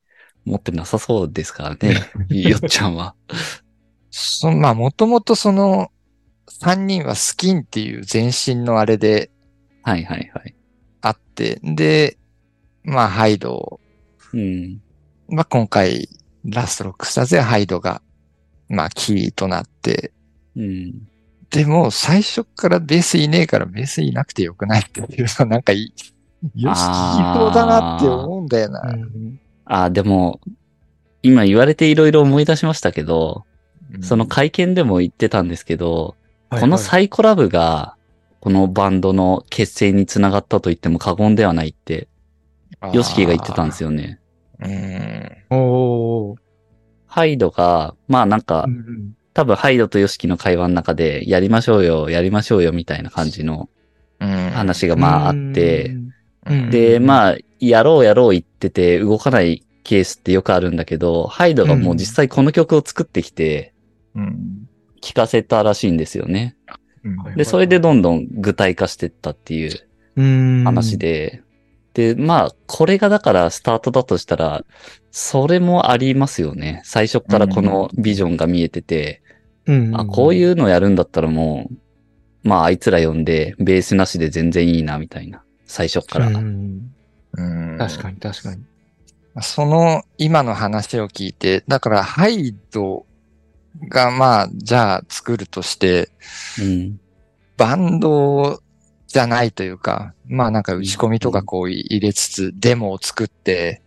Speaker 1: 持ってなさそうですからね、よっちゃんは。
Speaker 2: そまあ、もともとその、三人はスキンっていう全身のあれで
Speaker 1: はいはいはい。
Speaker 2: あって、で、まあ、ハイド、
Speaker 1: うん。
Speaker 2: まあ、今回、ラストロックスターズではハイドが、まあ、キーとなって、
Speaker 1: うん。
Speaker 2: でも、最初からベースいねえから、ベースいなくてよくないっていうの、なんかいい、よし、
Speaker 1: あー
Speaker 2: いい方だなって思うんだよ
Speaker 3: う
Speaker 2: な。
Speaker 3: ん
Speaker 1: あ、でも、今言われていろいろ思い出しましたけど、その
Speaker 2: うん
Speaker 1: 会見でも言ってたんですけど、
Speaker 3: はい
Speaker 1: この
Speaker 3: はい
Speaker 1: サイコラブが、このバンドの結成につながったと言っても過言ではないって、ヨシキが言ってたんですよね。
Speaker 2: あー
Speaker 3: おー
Speaker 1: ハイドが、まあなんか
Speaker 3: う、ん
Speaker 1: 多分ハイドとヨシキの会話の中で、やりましょうよ、やりましょうよ、みたいな感じの
Speaker 2: うん。うん。
Speaker 1: 話がまああって、、
Speaker 2: うん
Speaker 1: で、まあ、やろうやろう言ってて動かないケースってよくあるんだけど、ハイドがもう実際この曲を作ってきて、
Speaker 2: うん。
Speaker 1: 聴かせたらしいんですよね。
Speaker 2: うん
Speaker 3: はい
Speaker 1: で、それでどんどん具体化してったっていう
Speaker 3: うん
Speaker 1: 話。で、で、まあ、これがだからスタートだとしたら、それもありますよね。最初からこのビジョンが見えてて、
Speaker 3: うん
Speaker 1: あ、こういううのやるんだったらもう、まああいつら呼んで、ベースなしで全然いいな、みたいな。最初から。
Speaker 3: うん
Speaker 2: うん
Speaker 3: 確かに確かに。
Speaker 2: その今の話を聞いて、だからハイドがまあ、じゃあ作るとして、
Speaker 1: うん。
Speaker 2: バンドじゃないというか、まあなんか打ち込みとかこう入れつつ、デモを作って、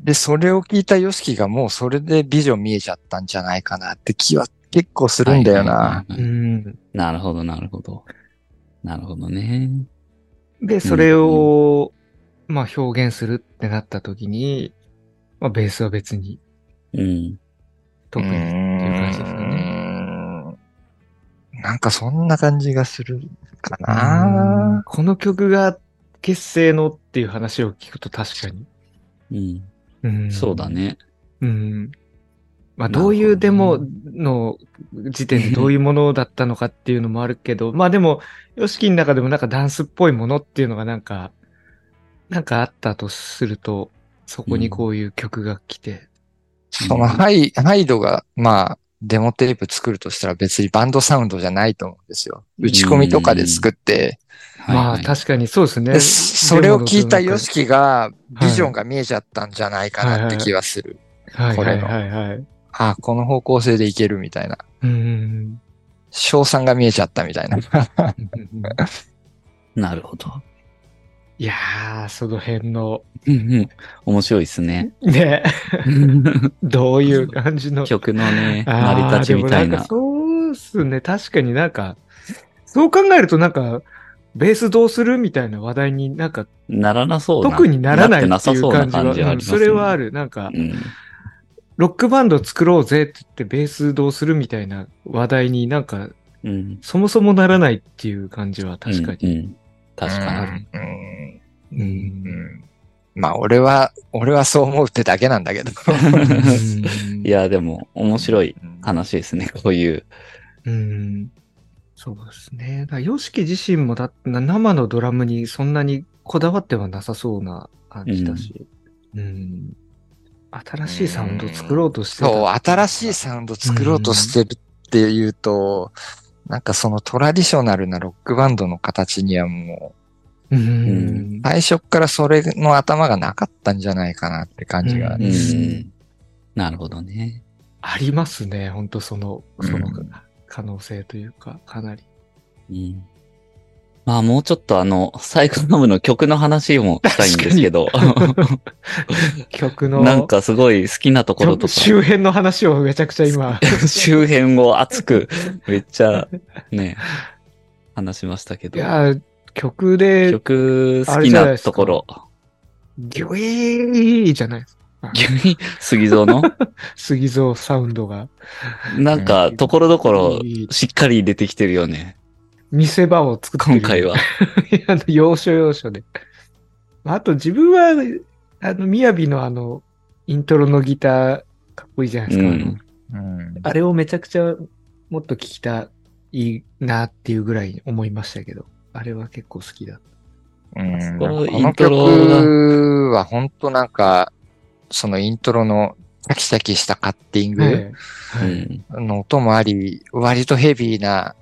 Speaker 2: で、それを聞いたヨシキがもうそれでビジョン見えちゃったんじゃないかなって気は結構するんだよ
Speaker 1: は
Speaker 2: な。
Speaker 1: いはいはいはい
Speaker 3: うん
Speaker 1: なるほど、なるほど。なるほどね。
Speaker 3: で、それを、まあ表現するってなった時に、まあベースは別に、
Speaker 1: うん。
Speaker 3: 特にっていう感じですよね。
Speaker 2: ね。なんかそんな感じがするか
Speaker 3: うん
Speaker 2: な。
Speaker 3: この曲が結成のっていう話を聞くと確かに。
Speaker 1: うん。
Speaker 3: うん
Speaker 1: そうだ。ね。
Speaker 3: うん。まあ、
Speaker 1: なるほどね
Speaker 3: どういうデモの時点でどういうものだったのかっていうのもあるけど、まあでも、ヨシキの中でもなんかダンスっぽいものっていうのがなんか、なんかあったとすると、そこにこういう曲が来て。
Speaker 2: そのハイ、ハイドが、まあ、デモテープ作るとしたら別にバンドサウンドじゃないと思うんですよ。打ち込みとかで作って、
Speaker 3: まあ
Speaker 1: か
Speaker 3: 確かにそうですね。
Speaker 2: でそれを聞いたヨシ
Speaker 3: キ。
Speaker 2: キが、ビジョンが見えちゃったんじゃないかなって気はする。
Speaker 3: はい
Speaker 2: こ
Speaker 3: は
Speaker 2: れ
Speaker 3: い
Speaker 2: の
Speaker 3: はいはい。
Speaker 2: ああ、この方向性でいけるみたいな。
Speaker 3: うん。
Speaker 2: 賞賛が見えちゃったみたいな。
Speaker 1: に。なるほど。
Speaker 3: いやー、その辺の、
Speaker 1: うんうん。面白いです ね。
Speaker 3: ね、どういう感じの。
Speaker 1: 曲のね、
Speaker 3: あ
Speaker 1: 成
Speaker 3: ー
Speaker 1: り立ちみたい
Speaker 3: でもん
Speaker 1: な
Speaker 3: か。そうっすね。確かになんか、そう考えるとなんか、ベースどうするみたいな話題になんか、
Speaker 1: ならなそうな。
Speaker 3: 特にならない
Speaker 1: なっ
Speaker 3: って
Speaker 1: てな
Speaker 3: い
Speaker 1: さそ
Speaker 3: う
Speaker 1: うな
Speaker 3: 感じは、
Speaker 1: 感じはあ
Speaker 3: う
Speaker 1: り
Speaker 3: ん
Speaker 1: ます
Speaker 3: それはあ
Speaker 1: る。
Speaker 3: る。なんか、
Speaker 1: うん。
Speaker 3: ロックバンド作ろうぜって言って、ベースどうするみたいな話題になんか、
Speaker 1: うん。
Speaker 3: そもそもならないっていう感じは確かに。
Speaker 1: に。うん確かに。
Speaker 2: に。うんう
Speaker 3: う。
Speaker 2: んんまあ、俺は、俺はそう思うってだけなんだけど。
Speaker 1: いや、でも、 面白い話ですね、こういう。
Speaker 3: うん。そうですね。だから、ヨシキ自身もだってな生のドラムにそんなにこだわってはなさそうな感じだし。うん。新しいサウンドを作ろうとしてた
Speaker 2: そう、新しいサウンド作ろうとしてるっていうと、なんかそのトラディショナルなロックバンドの形にはも
Speaker 3: う
Speaker 2: う、
Speaker 3: ん。
Speaker 2: 最初からそれの頭がなかったんじゃないかなって感じが
Speaker 1: う。ん
Speaker 3: うん
Speaker 1: なるほどね。
Speaker 3: ありますね。本当その、
Speaker 2: うん
Speaker 3: その可能性というか、かなり。
Speaker 1: うん。まあもうちょっとあの、サイコノムの曲の話もしたいんですけど、
Speaker 3: 曲 の。
Speaker 1: なんかすごい好きなところとか、
Speaker 3: 周辺の話をめちゃくちゃ今。
Speaker 1: 周辺を熱く、めっちゃね、話しましたけ
Speaker 3: い
Speaker 1: ど、
Speaker 3: や、曲で、
Speaker 1: 曲好きなところ、
Speaker 3: ギュイーじゃないですか。
Speaker 1: 急に杉蔵の、
Speaker 3: 杉蔵サウンドが。
Speaker 1: なんかところどころ
Speaker 3: いい
Speaker 1: しっかり出てきてるよね、
Speaker 3: 見せ場を作ってる。
Speaker 1: 今回。は。
Speaker 3: あの、要所要所で。あと自分は、あの、みやびのあの、イントロのギター、かっこいいじゃないですか。
Speaker 1: うん
Speaker 2: うん。
Speaker 3: あれをめちゃくちゃもっと聞きたいなっていうぐらいに思いましたけど、あれは結構好きだ。
Speaker 2: うん
Speaker 1: この
Speaker 2: こ
Speaker 1: イン
Speaker 2: の
Speaker 1: トロが
Speaker 2: 曲は本当なんか、そのイントロのシャキシャキしたカッティング
Speaker 3: え
Speaker 1: うん
Speaker 2: の音もあり、割とヘビーな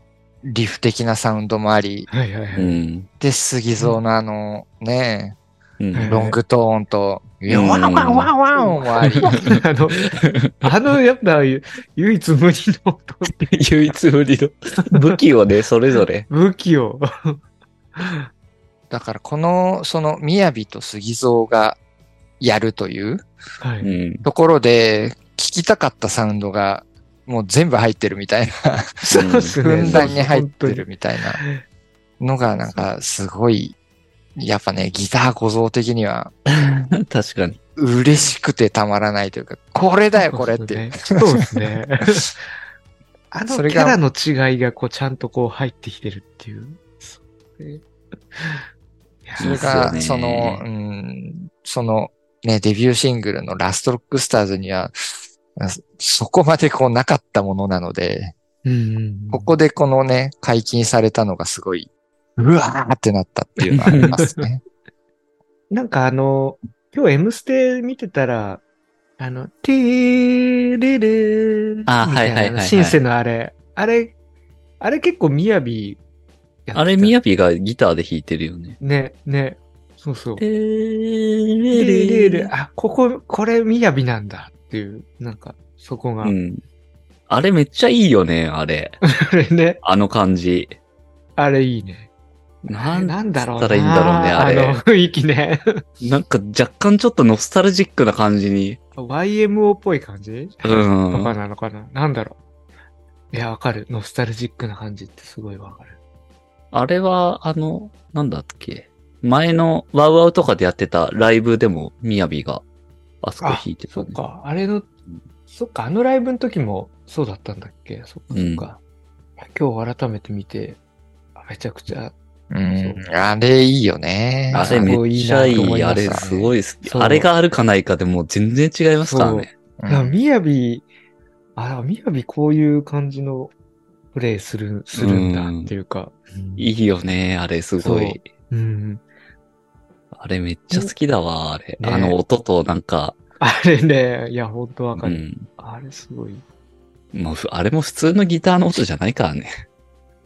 Speaker 2: リフ的なサウンドもあり、
Speaker 3: はいはいは
Speaker 1: う
Speaker 3: い。
Speaker 1: ん
Speaker 2: で、杉蔵のあのね、
Speaker 1: うん
Speaker 3: はい
Speaker 2: ロングトーンと、
Speaker 1: ん
Speaker 2: ワンワンワンワンもあり、
Speaker 3: あの、あの、やっぱ唯一無二の音っていう
Speaker 1: 唯一無二の武器をね、それぞれ。
Speaker 3: 武器を。
Speaker 2: だからこの、その、雅と杉蔵がやるという
Speaker 3: は
Speaker 1: う
Speaker 3: い。
Speaker 1: ん。
Speaker 2: ところで、聞きたかったサウンドが、もう全部入ってるみたいな。
Speaker 3: そうです
Speaker 2: ふ
Speaker 3: ね。
Speaker 2: んだんに入ってる
Speaker 3: 本
Speaker 2: みたいなのがなんかすごい、やっぱね、ギター小僧的には
Speaker 1: 確かに。
Speaker 2: 嬉しくてたまらないというか、これだよ
Speaker 3: 当に。
Speaker 2: これっていう。
Speaker 3: そうですね。そうですね あの
Speaker 2: そ
Speaker 3: キ
Speaker 2: れが
Speaker 3: ャラの違いがこうちゃんとこう入ってきてるっていう。そうねいや
Speaker 2: それ
Speaker 1: いい
Speaker 2: が、
Speaker 1: っす
Speaker 2: そ
Speaker 1: よ
Speaker 2: の
Speaker 1: ね、
Speaker 2: うん、そのね、デビューシングルのラストロックスターズには、そこまでこうなかったものなので、
Speaker 3: うんうん
Speaker 2: ここでこのね、解禁されたのがすごい、うわーってなったっていうのはありますね。
Speaker 3: なんかあの、今日 M ステ見てたら、あの、テーレレー
Speaker 1: あ
Speaker 3: みたな
Speaker 1: はいはいはいはい
Speaker 3: シンセのあれ、あれ、あれ結構みやびやってた
Speaker 1: あれ、みやびがギターで弾いてるよね。
Speaker 3: ね、ね、そうそう。
Speaker 1: レ
Speaker 3: テレ
Speaker 1: レ
Speaker 3: レレ、あ、ここ、これみやびなんだっていう、なんか、そこが。
Speaker 1: うん。あれめっちゃいいよね、あれ。
Speaker 3: あれね、
Speaker 1: あの感じ。
Speaker 3: あれいいね。
Speaker 1: な
Speaker 3: なんんだろう
Speaker 1: つ
Speaker 3: な。
Speaker 1: ったらいいんだろうねあれ
Speaker 3: の、雰囲気ね。
Speaker 1: なんか若干ちょっとノスタルジックな感じに。
Speaker 3: YMO っぽい感じ
Speaker 1: うん
Speaker 3: とかなのかな、なんだろう。いや、わかる。ノスタルジックな感じってすごいわかる。
Speaker 1: あれは、あの、なんだっけ。前のワウワウとかでやってたライブでもみやびがあそこ弾いてた、
Speaker 3: そっ
Speaker 1: ね。
Speaker 3: か、あれの、そっか、あのライブの時もそうだったんだっけそっか、そっか。今日改めて見て、あめちゃくちゃ、
Speaker 2: うん、あれいいよね。
Speaker 1: あれめっちゃい
Speaker 3: すごい
Speaker 1: い。
Speaker 3: な
Speaker 1: あ
Speaker 3: と思い
Speaker 1: れ
Speaker 3: ました
Speaker 1: すごい好き。
Speaker 3: そう
Speaker 1: あれがあるかないかでもう全然違いますからね。
Speaker 2: うん
Speaker 3: いや、みやび、あ、みやびこういう感じのプレイする、するんだ
Speaker 1: うん
Speaker 3: っていうか。
Speaker 1: いいよね、あれすご
Speaker 3: そう
Speaker 1: い。
Speaker 3: うん。
Speaker 1: あれめっちゃ好きだわ、あれ。
Speaker 3: ね
Speaker 1: あの音となんか、
Speaker 3: あれね、いや、ほんとわか
Speaker 1: う
Speaker 3: る。
Speaker 1: ん。
Speaker 3: あれすごい。
Speaker 1: もうふ、あれも普通のギターの音じゃないからね。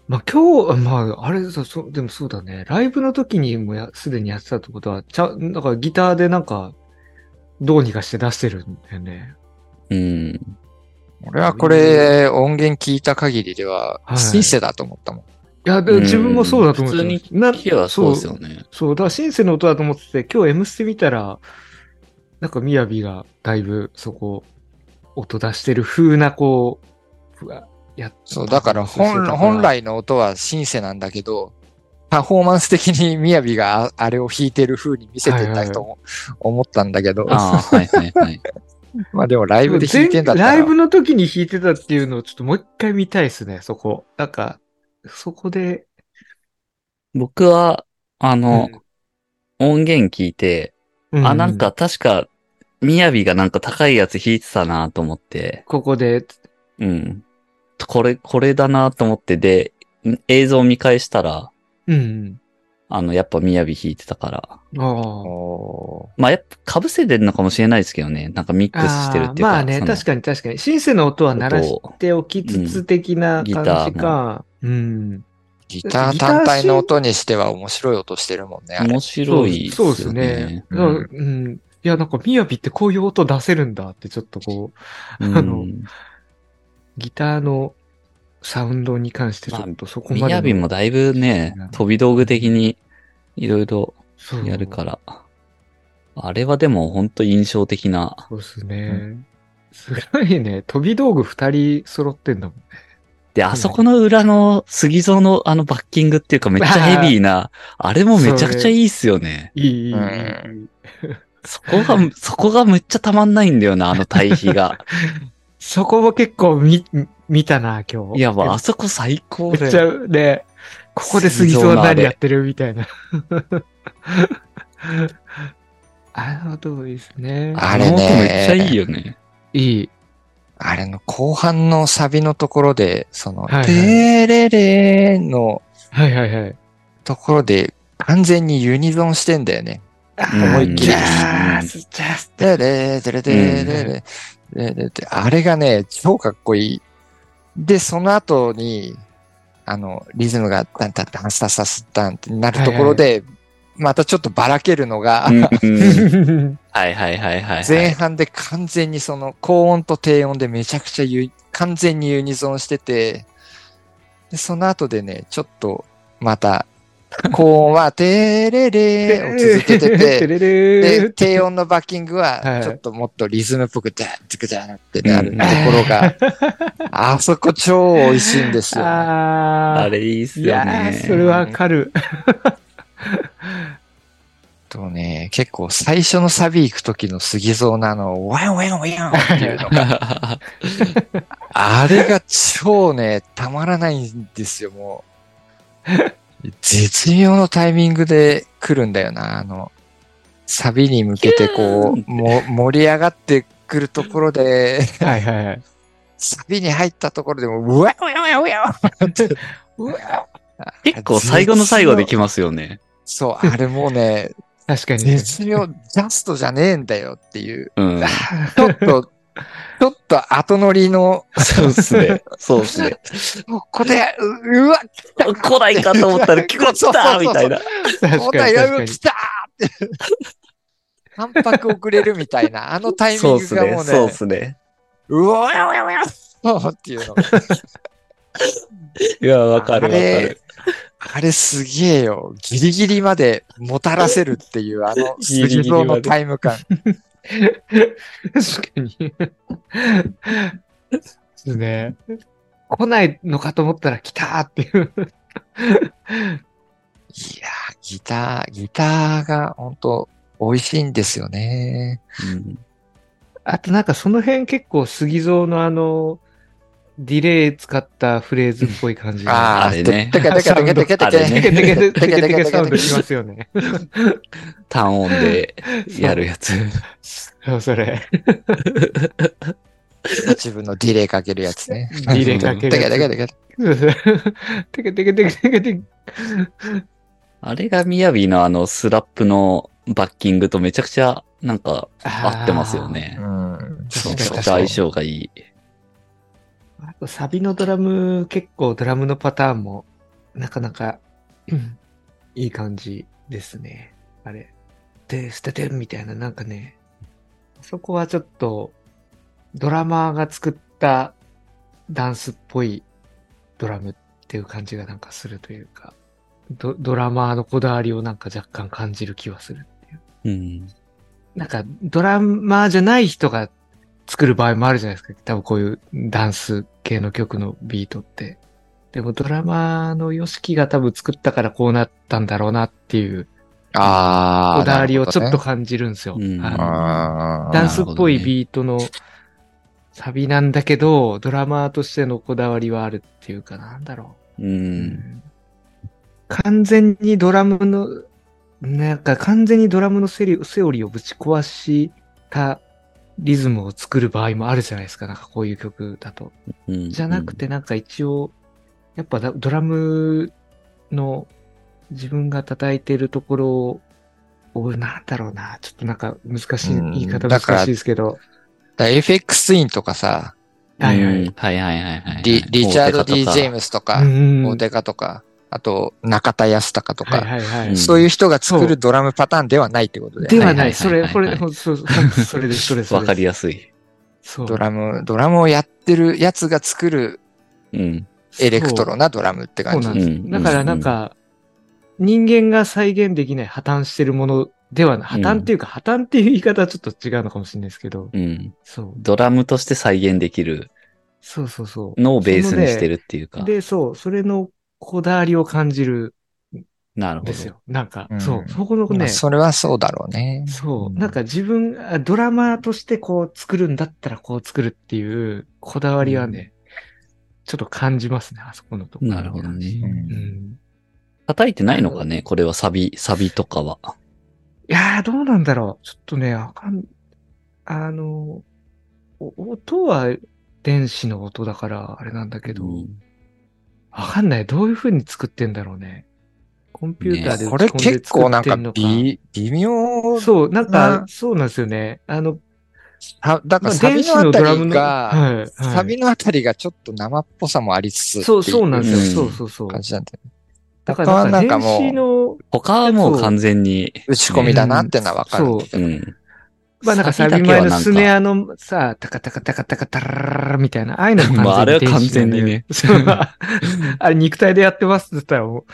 Speaker 3: まあ今日、まあ、あれそうそう、でもそうだね。ライブの時にもやすでにやってたってことは、ちゃ、だからギターでなんか、どうにかして出してるんだよね。
Speaker 1: うん。
Speaker 2: 俺はこれ、音源聞いた限りでは
Speaker 3: は、い
Speaker 2: シンセだと思ったもん。
Speaker 3: いや、で
Speaker 1: うん
Speaker 3: 自分もそうだと思ってた。
Speaker 1: 普通
Speaker 3: な
Speaker 1: 聞けばそうですよね。
Speaker 3: そう、だからシンセの音だと思ってて、今日 M ステ見たら、なんかみやびがだいぶそこ、音出してる風な、こう、ふわ、やっ
Speaker 2: そう、だから
Speaker 3: そう
Speaker 2: 本
Speaker 3: そう
Speaker 2: 本来の音はシンセなんだけど、パフォーマンス的にみやびがああれを弾いてる風に見せてたとも思ったんだけど、
Speaker 1: ああ、はいはいはい。
Speaker 2: まあでもライブで弾いてんだったら、
Speaker 3: ライブの時に弾いてたっていうのをちょっともう一回見たいですね、そこ。なんか、そこで、
Speaker 1: 僕は、あの、音源聞いて、
Speaker 3: う
Speaker 1: あ、なんか、確か、みやびがなんか高いやつ弾いてたなと思って、
Speaker 3: ここで、
Speaker 1: うん。これ、これだなと思って、で、映像見返したら、
Speaker 3: うん。
Speaker 1: あの、やっぱみやび弾いてたから。
Speaker 3: ああ。
Speaker 2: お
Speaker 1: まあ、やっぱ被せてるのかもしれないですけどね。なんかミックスしてるっていうか。
Speaker 3: あーまあね、
Speaker 1: その
Speaker 3: 確かに確かに。シンセの音は鳴らしておきつつ的な
Speaker 1: ギタ
Speaker 3: 感
Speaker 1: ー
Speaker 3: じ
Speaker 1: の
Speaker 3: か。うん。
Speaker 2: ーギター単体の音にしては面白い音してるもんね。あれ
Speaker 1: 面白いっす
Speaker 3: そう
Speaker 1: よね。
Speaker 3: そうですね。
Speaker 2: う
Speaker 3: うんん。うんいや、なんか、みやびってこういう音出せるんだって、ちょっとこう、
Speaker 1: うん
Speaker 3: あのギターのサウンドに関してちょっとそこ
Speaker 1: み
Speaker 3: までの。
Speaker 1: やびもだいぶね
Speaker 3: そうですね、
Speaker 1: 飛び道具的にいろいろ
Speaker 3: そう
Speaker 1: やるから。あれはでも本当印象的な。
Speaker 3: そうですね。すごいね。飛び道具二人揃ってんだもんね。
Speaker 1: で、あそこの裏の杉蔵のあのバッキングっていうかめっちゃヘビー な、あれもめちゃくちゃいいっすよね。
Speaker 3: いい、いい、いい。
Speaker 2: うん
Speaker 1: そこが、そこがめっちゃたまんないんだよな、あの対比 が。
Speaker 3: そこも結構見、見たな、今日。
Speaker 1: いや、もうあそこ最高
Speaker 3: め
Speaker 1: だ
Speaker 3: っち
Speaker 1: よ。
Speaker 3: ゃね、ここで杉蔵は何やってるみたいな。 あの音いいですね。
Speaker 2: あれね
Speaker 1: の音めっちゃいいよね。
Speaker 3: いい。
Speaker 2: あれの後半のサビのところで、その、
Speaker 3: はいはい
Speaker 2: てーれれーの
Speaker 3: はいはいはい。
Speaker 2: ところで、完全にユニゾンしてんだよね。
Speaker 1: 思
Speaker 2: いっきり
Speaker 3: ジャス、ジャス。
Speaker 2: でれーでれでーでれでれでって、あれがね、超かっこいい。で、その後に、あの、リズムが、ダンタンタンスタスタスタンってなるところで、またちょっとばらけるのが、
Speaker 1: うんうん
Speaker 3: うん
Speaker 1: はいはいはいはい、は
Speaker 2: 前
Speaker 1: い。
Speaker 2: 半で完全にその高音と低音でめちゃくちゃユ完全にユニゾンしてて、でその後でね、ちょっとまた、高音は、てーれれーを続け てて、
Speaker 3: れれ
Speaker 2: で、低音のバッキング
Speaker 3: は
Speaker 2: は、
Speaker 3: い
Speaker 2: ちょっともっとリズムっぽく、ダーッ、ダーッってなるところが、あそこ超美味しいんですよ。
Speaker 3: あー
Speaker 1: あれいいっす
Speaker 3: い
Speaker 1: よ
Speaker 3: や
Speaker 1: ね。
Speaker 3: ー、それわかる。
Speaker 2: とね、結構最初のサビ行く時の杉蔵のあの、ワンワンワンっていうのが、あれが超ね、たまらないんですよ、もう。絶妙のタイミングで来るんだよな、あの、サビに向けてこう、も盛り上がってくるところで、
Speaker 3: はいはいはい。
Speaker 2: サビに入ったところでも、うわうわうわうわってうわ
Speaker 1: 結構最後の最後できますよね。
Speaker 2: そう、あれもうね、
Speaker 3: 確かにね。
Speaker 2: 絶妙、ジャストじゃねえんだよっていう、
Speaker 1: うん。
Speaker 2: ちょっと、ちょっと後乗りの、
Speaker 1: そうっすね。そうっすね。
Speaker 2: ここで、ううわ、来た
Speaker 1: 来ないかと思ったら、来た
Speaker 2: そうそうそうそう
Speaker 1: みたいな。
Speaker 3: 確
Speaker 2: 交
Speaker 3: か
Speaker 2: 代
Speaker 3: に
Speaker 2: ライ
Speaker 3: 確
Speaker 2: ブ
Speaker 3: かに
Speaker 2: 来たーって。反拍遅れるみたいな、あのタイミ
Speaker 1: そう
Speaker 2: ン
Speaker 1: っ
Speaker 2: グ
Speaker 1: す
Speaker 2: がも
Speaker 1: ね。
Speaker 2: う
Speaker 1: そうっ
Speaker 2: ね、
Speaker 1: すね。
Speaker 2: うわおやおやおやそうっていうの。
Speaker 1: いや、わかるわかる
Speaker 2: あれ。あれすげえよ。ギリギリまでもたらせるっていう、あの、
Speaker 1: ギリギリまで
Speaker 2: 杉蔵のタイム感。
Speaker 3: 確かに。ですね。来ないのかと思ったら来たーっていう。
Speaker 2: いやー、ギター、ギターが本当美味しいんですよね。
Speaker 1: うん
Speaker 3: あとなんかその辺結構杉蔵のあの、ディレイ使ったフレーズっぽい感じが。
Speaker 2: あ
Speaker 1: あれ
Speaker 2: ー、
Speaker 1: ね
Speaker 2: てかてかてかてかてか
Speaker 1: あれ
Speaker 3: テ
Speaker 1: ね
Speaker 3: ケテケテケテケサウンドしますよね。
Speaker 1: 単音でやるやつ。
Speaker 3: そうそれ。
Speaker 2: 自分のディレイかけるやつね。
Speaker 3: ディレイかけ
Speaker 2: て
Speaker 3: る
Speaker 2: か
Speaker 3: や
Speaker 2: てか
Speaker 3: つ。
Speaker 2: てかて
Speaker 3: テケテケテケテケテケ。
Speaker 1: あれがみやびのあのスラップのバッキングとめちゃくちゃなんか合ってますよね
Speaker 2: う。ん。
Speaker 1: そ
Speaker 3: ー
Speaker 1: う
Speaker 3: 確かに
Speaker 1: そう
Speaker 3: 確かに
Speaker 1: 相性がいい。
Speaker 3: あとサビのドラム、結構ドラムのパターンも、なかなか、うんいい感じですね。あれ。で、捨ててみたいな、なんかね、そこはちょっと、ドラマーが作ったダンスっぽいドラムっていう感じがなんかするというか、ドドラマーのこだわりをなんか若干感じる気はする。
Speaker 1: うん。
Speaker 3: なんか、ドラマーじゃない人が作る場合もあるじゃないですか。多分こういうダンス系の曲のビートって。でもドラマーの YOSHIKI が多分作ったからこうなったんだろうなっていう
Speaker 2: あー。
Speaker 3: こだわりをちょっと
Speaker 2: なる
Speaker 3: 感じるんですよ。
Speaker 1: うん
Speaker 3: はい
Speaker 2: ほどね。
Speaker 3: ダンスっぽ
Speaker 1: なるほ
Speaker 3: い
Speaker 1: どね
Speaker 3: ビートのサビなんだけど、ドラマーとしてのこだわりはあるっていうかなんだろ
Speaker 1: う
Speaker 3: う。
Speaker 1: ん。
Speaker 3: 完全にドラムの、なんか完全にドラムのセリセオリーをぶち壊したリズムを作る場合もあるじゃないですか。なんかこういう曲だと。
Speaker 1: うん
Speaker 3: じゃなくて、なんか一応、やっぱだドラムの自分が叩いてるところを、なんだろうな。ちょっとなんか難しい、
Speaker 2: うん
Speaker 3: 言い方
Speaker 2: だ
Speaker 3: 難
Speaker 2: から
Speaker 3: しいですけど。
Speaker 2: だ FX ツインとかさ、
Speaker 3: はいは
Speaker 1: う
Speaker 3: い
Speaker 1: ん。はいはいはいはい。
Speaker 2: リリチャード・ D ・ジェー
Speaker 1: ム
Speaker 2: ムスと
Speaker 3: う
Speaker 2: か、
Speaker 3: ん
Speaker 2: 大手カとか、あと中田康隆と
Speaker 3: はい
Speaker 2: か、
Speaker 3: はいはい。
Speaker 1: うん
Speaker 2: そういう人が作るドラムパターンではないってことだ
Speaker 3: で
Speaker 2: よね。
Speaker 3: はない。
Speaker 1: は
Speaker 3: そ
Speaker 1: いはいはい
Speaker 3: れ、
Speaker 1: はい
Speaker 3: これ、ほんそうそうそれです、それです。
Speaker 1: わかり
Speaker 3: や
Speaker 1: やすい。
Speaker 3: すい。そう
Speaker 2: ド。ラム、ドラムをやってるやつが作る
Speaker 1: うん。
Speaker 2: エレクトロなドラムって
Speaker 3: そ
Speaker 2: 感
Speaker 3: う
Speaker 2: じ
Speaker 3: な。ん
Speaker 1: う
Speaker 3: で
Speaker 1: ん
Speaker 3: す。だからなんか、人間が再現できない破綻してるものではな破綻っていうか、破綻っていう言い方はちょっと違うのかもしれないですけど、
Speaker 1: うん。
Speaker 3: そう。
Speaker 1: ドラムとして再現できる
Speaker 3: そうそうそう。
Speaker 1: のをベースにしてるっていうか。
Speaker 3: で、そう、それのこだわりを感じる
Speaker 1: なる
Speaker 3: ん
Speaker 1: ほど。
Speaker 3: ですよ。なんか、
Speaker 2: うん
Speaker 3: そう、そこの
Speaker 2: ま
Speaker 3: ね、
Speaker 2: あそれはそうだろうね。
Speaker 3: そうう、
Speaker 2: ん
Speaker 3: なんか自分がドラマーとしてこう作るんだったらこう作るっていうこだわりはね、ちょっと感じますね、あそこのところ。
Speaker 1: なるほど。ね。
Speaker 2: うん
Speaker 3: うん。
Speaker 1: 叩いてないのかねこれはサビ、サビとかは。
Speaker 3: いやー、どうなんだろう。ちょっとね、わかん、あの、お音は電子の音だからあれなんだけど、わ、かんない。どういう風に作ってんだろうね。コンピューターで打
Speaker 2: こ
Speaker 3: ち
Speaker 2: れ
Speaker 3: 込んで
Speaker 2: 結
Speaker 3: 作
Speaker 2: 構なん
Speaker 3: って
Speaker 2: か
Speaker 3: んのか。
Speaker 2: 微微妙
Speaker 3: そう、なんか
Speaker 2: な、
Speaker 3: そうなんですよね。あの、
Speaker 2: あだから
Speaker 3: まあ
Speaker 2: サビのあたりが、
Speaker 3: はいはい
Speaker 2: サビのあたりがちょっと生っぽさもありつつ、
Speaker 3: そう、そうなんですよ。
Speaker 1: うん
Speaker 3: そうそうそう。
Speaker 2: 感じなんだよね。
Speaker 3: だからなん
Speaker 2: 他はなんか
Speaker 3: か、電子
Speaker 2: もう
Speaker 3: の、
Speaker 1: 他はもう完全に、
Speaker 2: 打ち込みだなってのはわかるんだけ
Speaker 1: う
Speaker 2: ど。
Speaker 1: ん。
Speaker 3: まあなんかサビ
Speaker 1: だけ
Speaker 3: 前
Speaker 1: は
Speaker 3: の
Speaker 1: なんか
Speaker 3: スネアのさ、タカタカタカタカタララララみたいな、ああいうのも
Speaker 1: まああれは完全にね
Speaker 3: 電子なんだよ。そうあれ肉体でやってますって言ったらも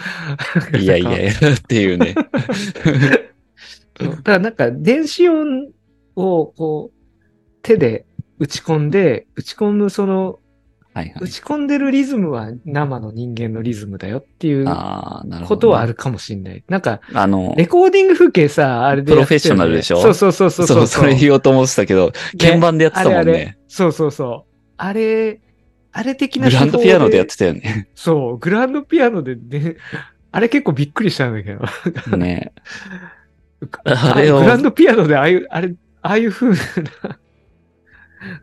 Speaker 3: う。
Speaker 1: いやいやい
Speaker 3: や。
Speaker 1: や、っていうね。
Speaker 3: だからなんか電子音をこう、手で打ち込んで、打ち込むその、
Speaker 1: はいは
Speaker 3: 打
Speaker 1: い。
Speaker 3: ち込んでるリズムは生の人間のリズムだよっていう
Speaker 1: ああ、なるほどね、
Speaker 3: ことはあるかもしれない。なんか、
Speaker 1: あの、
Speaker 3: レコーディング風景さ、あれでや
Speaker 1: プロ
Speaker 3: ってるよね
Speaker 1: フェッショナルでしょ
Speaker 3: そうそうそうそ
Speaker 1: そううそうそれ
Speaker 3: う。
Speaker 1: 言おうと思ってたけど、鍵盤でやってたもん
Speaker 3: あれあれ
Speaker 1: ね。
Speaker 3: そうそうそう。あれ、あれ的な
Speaker 1: グ
Speaker 3: 手
Speaker 1: ラ
Speaker 3: 法
Speaker 1: ンドピアノでやってたよね。
Speaker 3: そう、グランドピアノで、ね、あれ結構びっくりしたんだけど。
Speaker 1: ねあれを
Speaker 3: グランドピアノでああいう、あれ、ああいう風な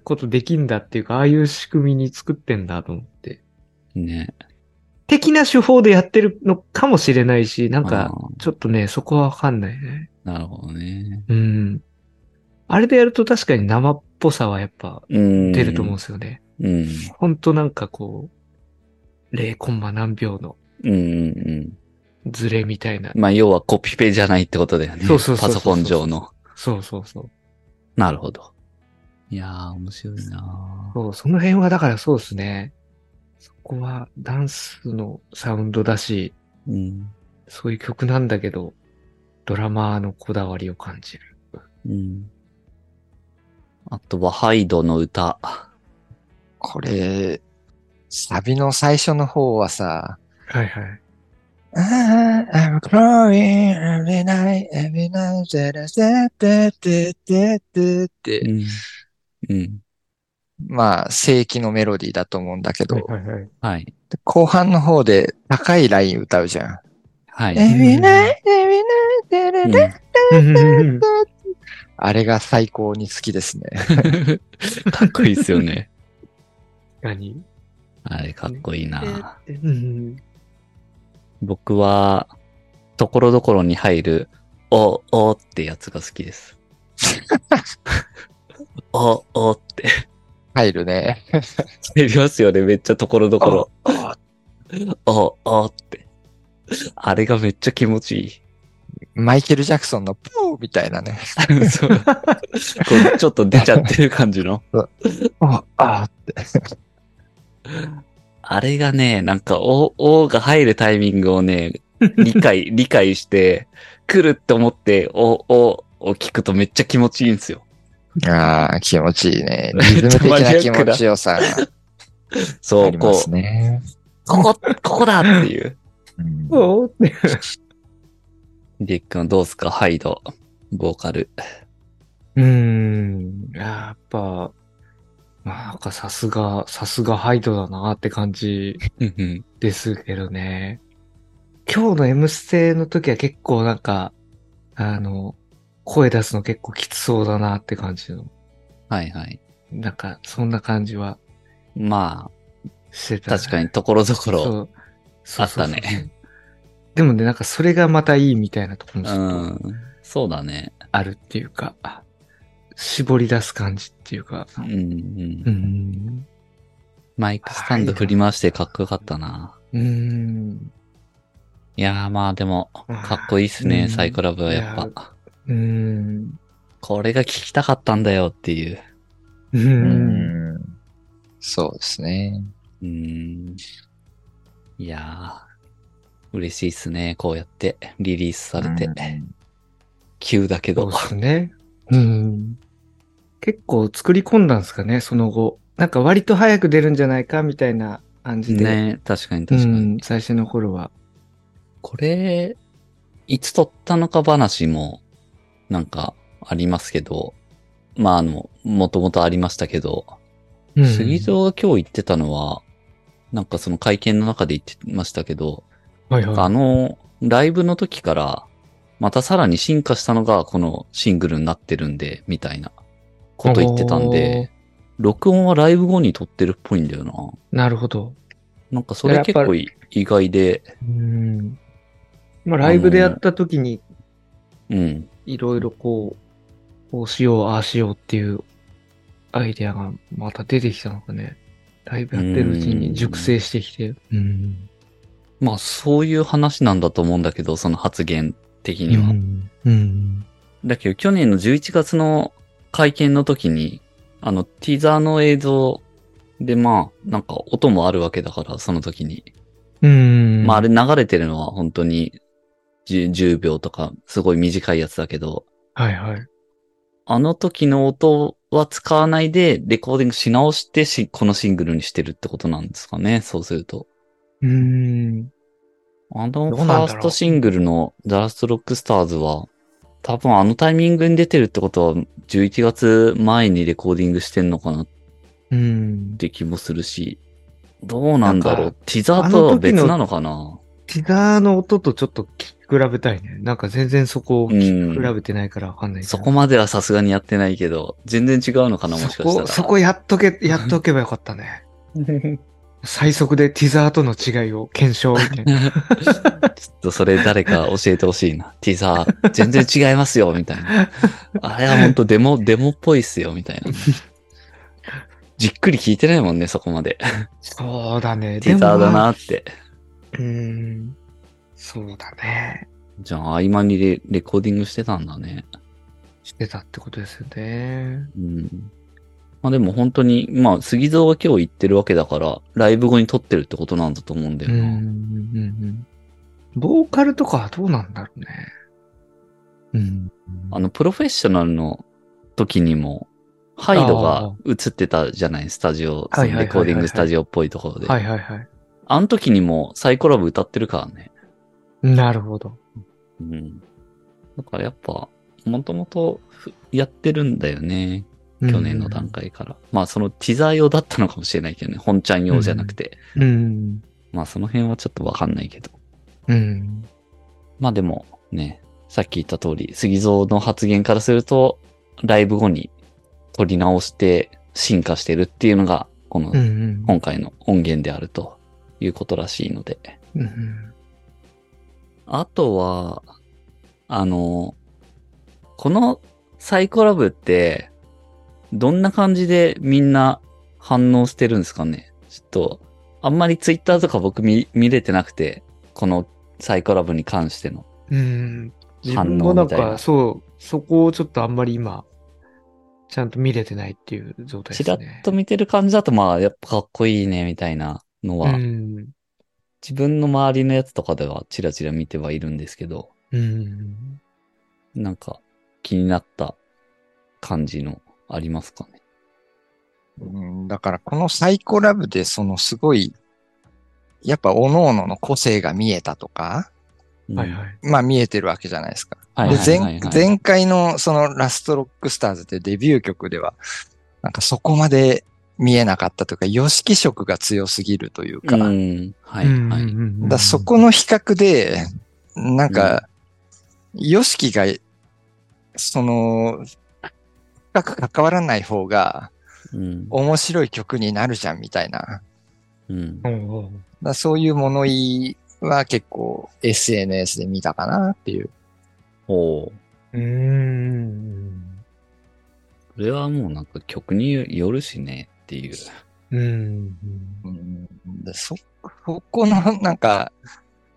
Speaker 3: ことできんだっていうか、ああいう仕組みに作ってんだと思って。
Speaker 1: ね
Speaker 3: 的な手法でやってるのかもしれないし、なん
Speaker 1: あ
Speaker 3: か、
Speaker 1: ー
Speaker 3: ちょっとね、そこはわかんないね。
Speaker 1: なるほどね。
Speaker 3: うん。あれでやると確かに生っぽさはやっぱ
Speaker 1: うん。
Speaker 3: 出ると思うんですよね。
Speaker 1: うん。
Speaker 3: ほんとなんかこう、0コンマ何秒の
Speaker 1: うん。うん。
Speaker 3: ズレみたいな。
Speaker 1: まあ、要はコピペじゃないってことだよね。
Speaker 3: そうそうそうそう
Speaker 1: パソコン上の。
Speaker 3: そうそうそう。
Speaker 1: なるほど。いやー、面白いな
Speaker 3: そうその辺はだからそうですね。そこはダンスのサウンドだし、
Speaker 1: ーうん。
Speaker 3: そういう曲なんだけど、ドラマーのこだわりを感じる。
Speaker 1: うん。あとは、ハイドの歌。
Speaker 2: これ、サビの最初の方はさ、
Speaker 3: はいはい。
Speaker 2: Ah, I'm crying every night, every night, da da da da da da da って
Speaker 1: うん。うん。
Speaker 2: まあ、正規のメロディーだと思うんだけど、
Speaker 3: はいはい。
Speaker 1: はい。
Speaker 2: で後半の方で高いライン歌うじゃん。
Speaker 1: はい。
Speaker 2: Every night, every night, da da
Speaker 1: うん
Speaker 2: da
Speaker 3: うんうん うん
Speaker 2: あれが最高に好きですね。
Speaker 1: かっこいいっすよ ね。
Speaker 3: 確かに。
Speaker 1: あれ、かっこいいな
Speaker 3: うんうん
Speaker 1: 僕は、ところどころに入る、お、おってやつが好きです。 お、おって。
Speaker 2: 入るね。
Speaker 1: 入りますよね、めっちゃところどころ。お、おって。あれがめっちゃ気持ちいい。
Speaker 2: マイケル・ジャクソンのポーみたいなね。
Speaker 1: そうこうちょっと出ちゃってる感じの。
Speaker 2: ああって。
Speaker 1: あれがね、なんか、お、おが入るタイミングをね、理解、理解して、来るって思って、お、おを聞くとめっちゃ気持ちいいんですよ。
Speaker 2: ああ、気持ちいいね。リズム的な気持ちよさが
Speaker 1: そ
Speaker 2: あ
Speaker 1: う、
Speaker 2: り
Speaker 1: こ
Speaker 2: ま
Speaker 1: う、
Speaker 2: すね。
Speaker 1: ここ、ここだっていう。
Speaker 2: うん
Speaker 3: おーって
Speaker 1: ディックのどうすか、ハイド、ボーカル。
Speaker 3: うーん。いややっぱ、まあ、なんかさすが、さすがハイドだなって感じ
Speaker 1: うんうん
Speaker 3: ですけどね。今日の M ステの時は結構なんか、あの、声出すの結構きつそうだなって感じの、
Speaker 1: はいはい。
Speaker 3: なんか、そんな感じは
Speaker 1: ま
Speaker 3: してた、
Speaker 1: あ、確かにところどこ
Speaker 3: そ
Speaker 1: ろ。
Speaker 3: う。そうそうそうそう
Speaker 1: あったね。
Speaker 3: でもね、なんかそれがまたいいみたいなところ
Speaker 1: う
Speaker 3: もちょっと
Speaker 1: ん。そうだね。
Speaker 3: あるっていうか、絞り出す感じっていうか、
Speaker 1: うんうん。
Speaker 3: うん。
Speaker 1: マイクスタンド振り回してかっこよかったな。
Speaker 3: うん。
Speaker 1: いやーまあでも、かっこいいっすね、
Speaker 3: うん
Speaker 1: サイコラブはやっ
Speaker 3: い
Speaker 1: ぱ。
Speaker 3: うん。
Speaker 1: これが聞きたかったんだよっていう。
Speaker 3: う。
Speaker 2: うんんそうですね。
Speaker 1: うーん。いやー、嬉しいっすね。こうやってリリースされて。
Speaker 2: うん
Speaker 1: 急だけ
Speaker 3: そ
Speaker 1: ど
Speaker 3: うで。すね。うん。結構作り込んだんですかね、その後。なんか割と早く出るんじゃないかみたいな感じで。
Speaker 1: ね確かに
Speaker 3: う
Speaker 1: 確かに。
Speaker 3: ん、最初の頃は。
Speaker 1: これ、いつ撮ったのか話も、なんか、ありますけど、まあ、あの、もともとありましたけど、
Speaker 3: うん
Speaker 1: 杉蔵が今日言ってたのは、なんかその会見の中で言ってましたけど、
Speaker 3: はいはい。
Speaker 1: あの、ライブの時から、またさらに進化したのがこのシングルになってるんで、みたいなこと言ってたんで、録音はライブ後に撮ってるっぽいんだよな。
Speaker 3: なるほど。
Speaker 1: なんかそれ結構い意外で、
Speaker 3: うん。まあ、ライブでやった時に、
Speaker 1: うん。
Speaker 3: いろいろこう、こうしよう、ああしようっていうアイデアがまた出てきたのかね。ライブやってるうちに熟成してきて。うん。
Speaker 1: まあそういう話なんだと思うんだけど、その発言的には。
Speaker 3: うん。
Speaker 1: だけど去年の11月の会見の時に、あの、ティザーの映像でまあ、なんか音もあるわけだから、その時に。
Speaker 3: うん。
Speaker 1: まああれ流れてるのは本当に 10, 10秒とか、すごい短いやつだけど、
Speaker 3: はいはい。
Speaker 1: あの時の音は使わないで、レコーディングし直してし、このシングルにしてるってことなんですかね、そうすると。
Speaker 3: うん。
Speaker 1: あ
Speaker 3: ど
Speaker 1: の、
Speaker 3: う
Speaker 1: フ
Speaker 3: なんだろ
Speaker 1: ァー
Speaker 3: う
Speaker 1: ストシングルのザラストロックスターズは、多分あのタイミングに出てるってことは、11月前にレコーディングしてんのかなっ
Speaker 3: うん。
Speaker 1: て気もするし、どうなんだろ
Speaker 3: なん
Speaker 1: う。ティザーとは別なのかな
Speaker 3: ティガーの音とちょっと聞き比べたいね。なんか全然そこを聞き比べてないからわかんないけど、
Speaker 1: そこまではさすがにやってないけど、全然違うのかなもしかした
Speaker 3: そこ、
Speaker 1: ら。
Speaker 3: そこやっとけ、やっとけばよかったね。最速でティザーとの違いを検証み たいな。
Speaker 1: ちょっとそれ誰か教えてほしいな。ティザー、全然違いますよ、みたいな。あれは本当デモ、デモっぽいっすよ、みたいな。じっくり聞いてないもんね、そこまで。
Speaker 3: そうだね。
Speaker 1: ティザー
Speaker 3: でも
Speaker 1: だ
Speaker 3: まあ
Speaker 1: なって。
Speaker 3: うーんそうだね。
Speaker 1: じゃあ、合間にレレコーディングしてたんだね。
Speaker 3: してたってことですよね。
Speaker 1: うん。まあでも本当に、まあ、杉蔵が今日行ってるわけだから、ライブ後に撮ってるってことなんだと思うんだ
Speaker 3: う
Speaker 1: よ
Speaker 3: んうん
Speaker 1: な。
Speaker 3: うんうん。ボーカルとかはどうなんだろうね。うん。
Speaker 1: あの、プロフェッショナルの時にも、ハイドが映ってたじゃない、スタジオ、そ
Speaker 3: はいはいはい
Speaker 1: の
Speaker 3: はい
Speaker 1: レコーディングスタジオっぽいところで。
Speaker 3: はいはいはい。
Speaker 1: あの時にもサイコラブ歌ってるからね。
Speaker 3: なるほど。
Speaker 1: うん。だからやっぱ、もともとふやってるんだよね。去年の段階から。まあそのティザー用だったのかもしれないけどね。本ちゃん用じゃなくて。
Speaker 3: うん。
Speaker 1: まあその辺はちょっとわかんないけど。
Speaker 3: うん。
Speaker 1: まあでもね、さっき言った通り、杉蔵の発言からすると、ライブ後に撮り直して進化してるっていうのが、この
Speaker 3: うん。うん
Speaker 1: 今回の音源であるということらしいので。
Speaker 3: うん。
Speaker 1: あとは、あの、このサイコラブって、どんな感じでみんな反応してるんですかねちょっと、あんまりツイッターとか僕見見れてなくて、このサイコラブに関しての。
Speaker 3: うん。自分
Speaker 1: 反
Speaker 3: も
Speaker 1: 応
Speaker 3: なん
Speaker 1: みたいな
Speaker 3: か、そう、そこをちょっとあんまり今、ちゃんと見れてないっていう状態
Speaker 1: ち
Speaker 3: で
Speaker 1: ら
Speaker 3: す
Speaker 1: っ
Speaker 3: ね。
Speaker 1: と見てる感じだと、まあ、やっぱかっこいいね、みたいなのは、
Speaker 3: うん。
Speaker 1: 自分の周りのやつとかではちらちら見てはいるんですけど、
Speaker 3: うん。
Speaker 1: なんか気になった感じのありますかね。
Speaker 2: うんだからこのサイコラブでそのすごい、やっぱ各々の個性が見えたとか、
Speaker 1: うん
Speaker 3: はいはい。
Speaker 2: まあ見えてるわけじゃないですか。
Speaker 1: はい
Speaker 2: で
Speaker 1: はい
Speaker 2: 前
Speaker 1: はいはい
Speaker 2: 前回のそのラストロックスターズってデビュー曲では、なんかそこまで見えなかったというか、様式色が強すぎるというか、
Speaker 1: うん。はい、
Speaker 3: うん
Speaker 1: は
Speaker 3: うん
Speaker 1: い。
Speaker 3: うんうん
Speaker 2: だそこの比較で、なんか、ヨシキが、その、深く関わらない方が
Speaker 1: うん。
Speaker 2: 面白い曲になるじゃんみたいな。
Speaker 1: うん
Speaker 3: う。んうん
Speaker 2: だそういう物言いは結構 SNS で見たかなっていう。
Speaker 1: おう
Speaker 3: うーん。
Speaker 1: これはもうなんか曲によるしねっていう。
Speaker 3: うん。
Speaker 2: うんでそ、そこのなんか、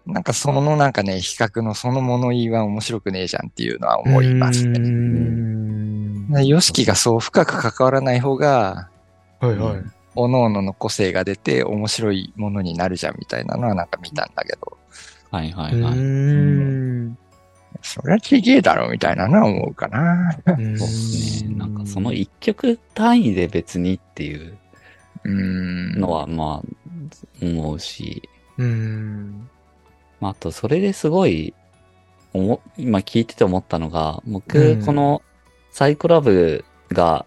Speaker 2: なんかそのなんかね、比較のその物言いは面白くねえじゃんっていうのは思います
Speaker 3: うー
Speaker 2: ね。
Speaker 3: ん
Speaker 2: ヨシキがそう深く関わらない方が、
Speaker 3: はいは
Speaker 2: う
Speaker 3: い
Speaker 2: ん。各々の個性が出て面白いものになるじゃんみたいなのはなんか見たんだけど、
Speaker 1: はいは
Speaker 3: う
Speaker 1: いはい。
Speaker 3: ーん。
Speaker 2: そりゃちげえだろみたいなのは思うかな。
Speaker 1: そうですね。なんかその
Speaker 3: 一
Speaker 1: 一曲単位で別にっていう
Speaker 2: うーん。
Speaker 1: のはまあ思うし、
Speaker 3: うん。
Speaker 1: まあ、あとそれですごいおも今聞いてて思ったのが、
Speaker 3: う
Speaker 1: 僕
Speaker 3: ん
Speaker 1: このサイコラブが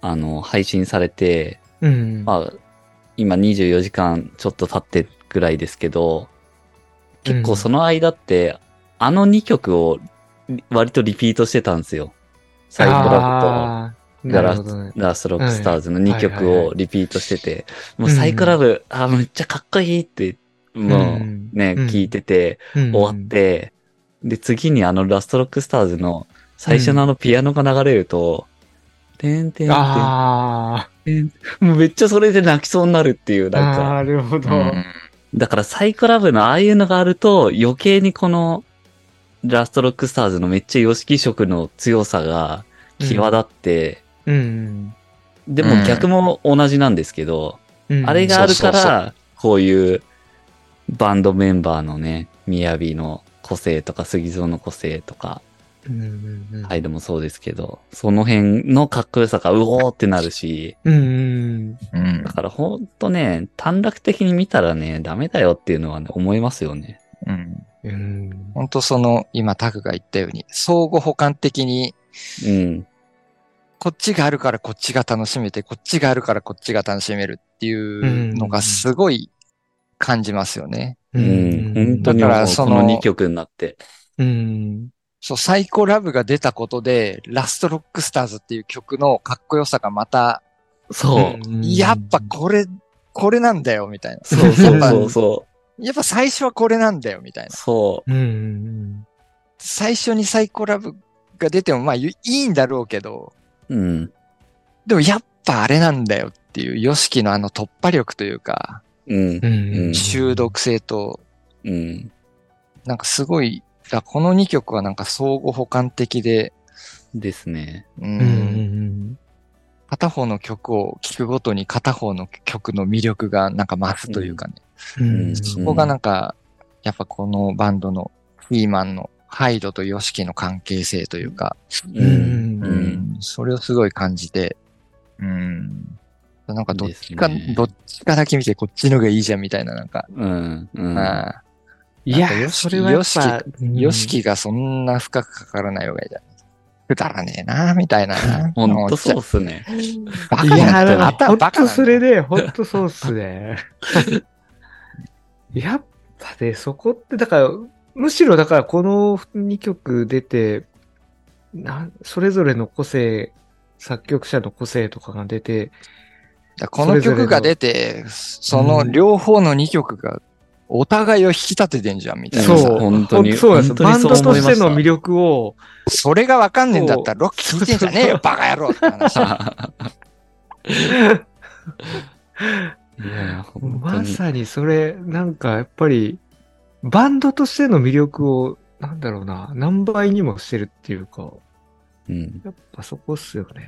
Speaker 1: あの配信されて、
Speaker 3: うん。
Speaker 1: まあ今24時間ちょっと経ってぐらいですけど、結構その間ってあの2曲を割とリピートしてたんですよ。サイコラブと。
Speaker 3: あーなるほどね。
Speaker 1: ラストロックスターズの2曲
Speaker 3: はいは
Speaker 1: を
Speaker 3: いは
Speaker 1: リピートしてて、もうサイクラブ、あー、めっちゃかっこいいって、もうね、
Speaker 3: うん
Speaker 1: 聞いてて、
Speaker 3: うん
Speaker 1: 終わっ。て、で、次にあのラストロックスターズの最初のあのピアノが流れると、てんてんてん
Speaker 3: あ
Speaker 1: てん、もうめっちゃそれで泣きそうになるっていう、
Speaker 3: あ、
Speaker 1: なんか、
Speaker 3: なるほど。
Speaker 2: うん
Speaker 1: だからサイクラブのああいうのがあると、余計にこのラストロックスターズのめっちゃ YOSHIKI 色の強さが際立って、
Speaker 3: うん。
Speaker 1: でも逆も同じなんですけど、
Speaker 3: うん
Speaker 1: あれがあるか
Speaker 2: そうそう
Speaker 1: ら、こういうバンドメンバーのね、みやびの個性とか、杉蔵の個性とか、
Speaker 3: うんうんうん
Speaker 1: 態度もそうですけど、その辺のかっこよさがうおーってなるし、
Speaker 3: うんうん
Speaker 2: うん
Speaker 1: だからほんとね、短絡的に見たらね、ダメだよっていうのはね、思いますよね。
Speaker 2: うん
Speaker 3: うん。うん
Speaker 2: 本当その、今タクが言ったように、相互補完的に、
Speaker 1: うん。
Speaker 2: こっちがあるからこっちが楽しめて、こっちがあるからこっちが楽しめるっていうのがすごい感じますよね。
Speaker 1: う。
Speaker 3: うんん。
Speaker 1: 本当に
Speaker 2: だか
Speaker 1: も
Speaker 2: ら
Speaker 1: う
Speaker 2: そ
Speaker 1: こ
Speaker 2: の
Speaker 1: の2曲になって。
Speaker 3: うん。
Speaker 2: そう、サイコラブが出たことで、ラストロックスターズっていう曲のかっこよさがまた、
Speaker 1: そう。
Speaker 3: うん
Speaker 2: やっぱこれ、これなんだよ、みたい な。
Speaker 1: そうそう そうそ。
Speaker 2: やっぱ最初はこれなんだよ、みたいうな。
Speaker 1: そう。
Speaker 3: うんうん
Speaker 2: 最初にサイコラブが出ても、まあいいいいんだろうけど、
Speaker 1: うん。
Speaker 2: でもやっぱあれなんだよっていう、ヨシキのあの突破力というか、
Speaker 1: うん
Speaker 3: う。んうん。
Speaker 2: 中毒性と、
Speaker 1: うん。
Speaker 2: なんかすごい、だこの2曲はなんか相互補完的で、
Speaker 1: ですね。
Speaker 2: う
Speaker 3: うん。うん
Speaker 2: ん、片方の曲を聴くごとに片方の曲の魅力がなんか増すというかね。
Speaker 3: うんん。
Speaker 2: そこがなんか、やっぱこのバンドのヒーマンのハイドとヨシキの関係性というか、
Speaker 1: う
Speaker 3: うん
Speaker 1: ん。
Speaker 2: う
Speaker 1: うんん。
Speaker 2: それをすごい感じて、うん、なんかどっちか、
Speaker 1: ですね
Speaker 2: どっちかだけ見てこっちのがいいじゃんみたいな、なんか、
Speaker 1: うん。うん。
Speaker 2: ああ
Speaker 3: い
Speaker 2: なんか
Speaker 3: や、
Speaker 2: よし
Speaker 3: それはやっぱ、
Speaker 2: ヨシキがそんな深くかからない方がいいじゃん。くだらねえな、みたいな。
Speaker 1: ほんとそう
Speaker 2: う。
Speaker 1: っすね。
Speaker 2: バカ
Speaker 3: い
Speaker 2: な
Speaker 3: や、
Speaker 2: んだ
Speaker 3: でも、
Speaker 2: よ。
Speaker 3: ほ
Speaker 2: 頭
Speaker 3: ん
Speaker 2: バカな
Speaker 3: と
Speaker 2: んだよ
Speaker 3: それで、ほんとそうっすね。 やっぱで、そこって、だから、むしろだからこの2曲出て、なんそれぞれの個性、作曲者の個性とかが出て、
Speaker 2: だこの曲が出て、その両方の2曲がお互いを引き立ててんじゃん、みたいな
Speaker 3: そう
Speaker 2: さ。
Speaker 1: 本当に。
Speaker 3: ほんそうなんですよ。バ
Speaker 1: 本
Speaker 3: ン
Speaker 1: 当
Speaker 3: ド
Speaker 1: にそう
Speaker 3: と
Speaker 1: 思い
Speaker 3: し
Speaker 1: ま
Speaker 3: て
Speaker 1: た
Speaker 3: の魅力を、
Speaker 2: それがわかんねえんだったらロック聴いてんじゃねえよ、バカ野郎って話。
Speaker 1: いや、本当
Speaker 3: ま
Speaker 1: に。
Speaker 3: さにそれ、なんかやっぱり、バンドとしての魅力を、なんだろうな、何倍にもしてるっていうか、
Speaker 1: うん。
Speaker 3: やっぱそこっすよね。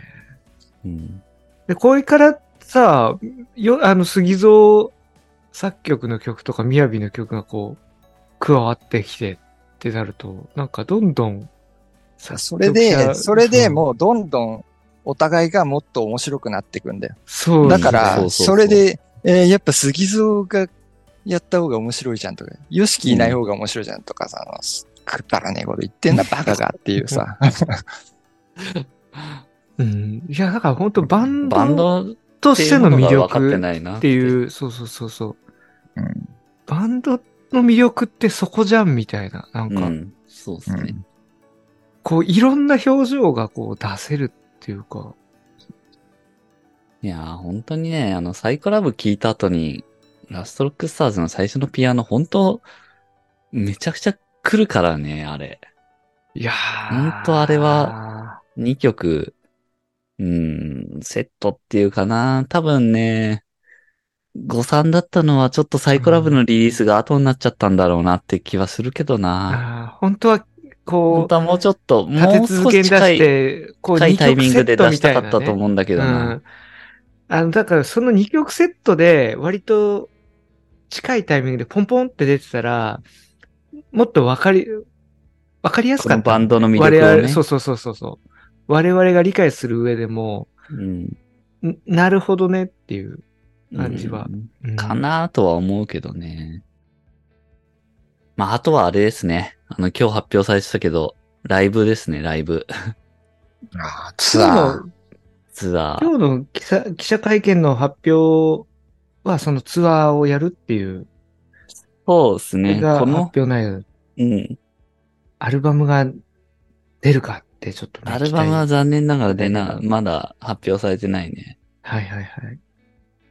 Speaker 1: うん。
Speaker 3: で、これからさ、よ、あの、杉蔵作曲の曲とか、みやびの曲がこう、加わってきてってなると、なんかどんどん、さ
Speaker 2: それで、それでもうどんどんお互いがもっと面白くなってくんだよ。
Speaker 3: そう
Speaker 2: だか
Speaker 1: そ
Speaker 2: ら、
Speaker 1: うそう
Speaker 2: そ
Speaker 1: そう
Speaker 2: れで、えーやっぱ杉蔵がやった方が面白いじゃんとか、ヨシキいない方が面白いじゃんとかさ、あのくだらねえこと言ってんな、バカがっていうさ。
Speaker 3: うん。いや、だから本当バン
Speaker 1: バン
Speaker 3: ド
Speaker 1: ド
Speaker 3: と
Speaker 1: と
Speaker 3: し
Speaker 1: してて
Speaker 3: の
Speaker 1: の
Speaker 3: 魅
Speaker 1: 魅力分かって
Speaker 3: 力
Speaker 1: ないな。
Speaker 3: って
Speaker 1: う。
Speaker 3: いう、そうそうそうそう。
Speaker 2: うん
Speaker 3: バンドの魅力ってそこじゃんみたいな、なん
Speaker 1: う
Speaker 3: か、
Speaker 1: ん。そうですね。
Speaker 3: こう、いろんな表情がこう出せるっていうか、
Speaker 1: いや、本当にね、あの、サイコラブ聞いた後に、ラストロックスターズの最初のピアノ、本当めちゃくちゃ来るからね、あれ。
Speaker 3: いや
Speaker 1: ほんとあれは、2曲、うん、セットっていうかな。多分ね、誤算だったのはちょっとサイコラブのリリースが後になっちゃったんだろうなって気はするけどな。
Speaker 3: あー本当は、こ
Speaker 1: 本
Speaker 3: う
Speaker 1: 当、はもうちょっと、も
Speaker 3: 立
Speaker 1: う
Speaker 3: て
Speaker 1: 少
Speaker 3: 続け
Speaker 1: し
Speaker 3: に出
Speaker 1: 近
Speaker 3: し
Speaker 1: い、
Speaker 3: て、こう、
Speaker 1: 近い
Speaker 3: 二
Speaker 1: タイ
Speaker 3: 曲
Speaker 1: ミン
Speaker 3: セ
Speaker 1: グで
Speaker 3: ット
Speaker 1: 出
Speaker 3: み
Speaker 1: した
Speaker 3: たい
Speaker 1: か
Speaker 3: な、
Speaker 1: っ
Speaker 3: ね。
Speaker 1: たと思うんだけど
Speaker 3: う
Speaker 1: な。
Speaker 3: んあの、だからその2曲セットで割と近いタイミングでポンポンって出てたら、もっとわかり、わかりやす
Speaker 1: こ
Speaker 3: か
Speaker 1: の
Speaker 3: った。
Speaker 1: バンドの魅
Speaker 3: 我
Speaker 1: 力をね
Speaker 3: 々、。そうそうそうそうそう。我々が理解する上でも、
Speaker 1: うん
Speaker 3: んなるほどねっていう。感じは
Speaker 1: うん
Speaker 3: うん
Speaker 1: かなとは思うけどね。まあ、あとはあれですね。あの、今日発表されてたけど、ライブですね、ライブ。
Speaker 2: ああ、ツ
Speaker 3: 今日
Speaker 2: アー
Speaker 3: の。
Speaker 1: ツアー。
Speaker 3: 今日の記者記者会見の発表は、そのツアーをやるっていう、
Speaker 1: そうです
Speaker 3: それ
Speaker 1: ね。こ
Speaker 3: が発
Speaker 1: の、
Speaker 3: 表内容、
Speaker 1: うん。
Speaker 3: アルバムが出るかってちょっとね、
Speaker 1: アルバムは
Speaker 3: 期
Speaker 1: 残念ながら出な
Speaker 3: 期、待
Speaker 1: まだ発表されてないね。
Speaker 3: 待、はいはいはい。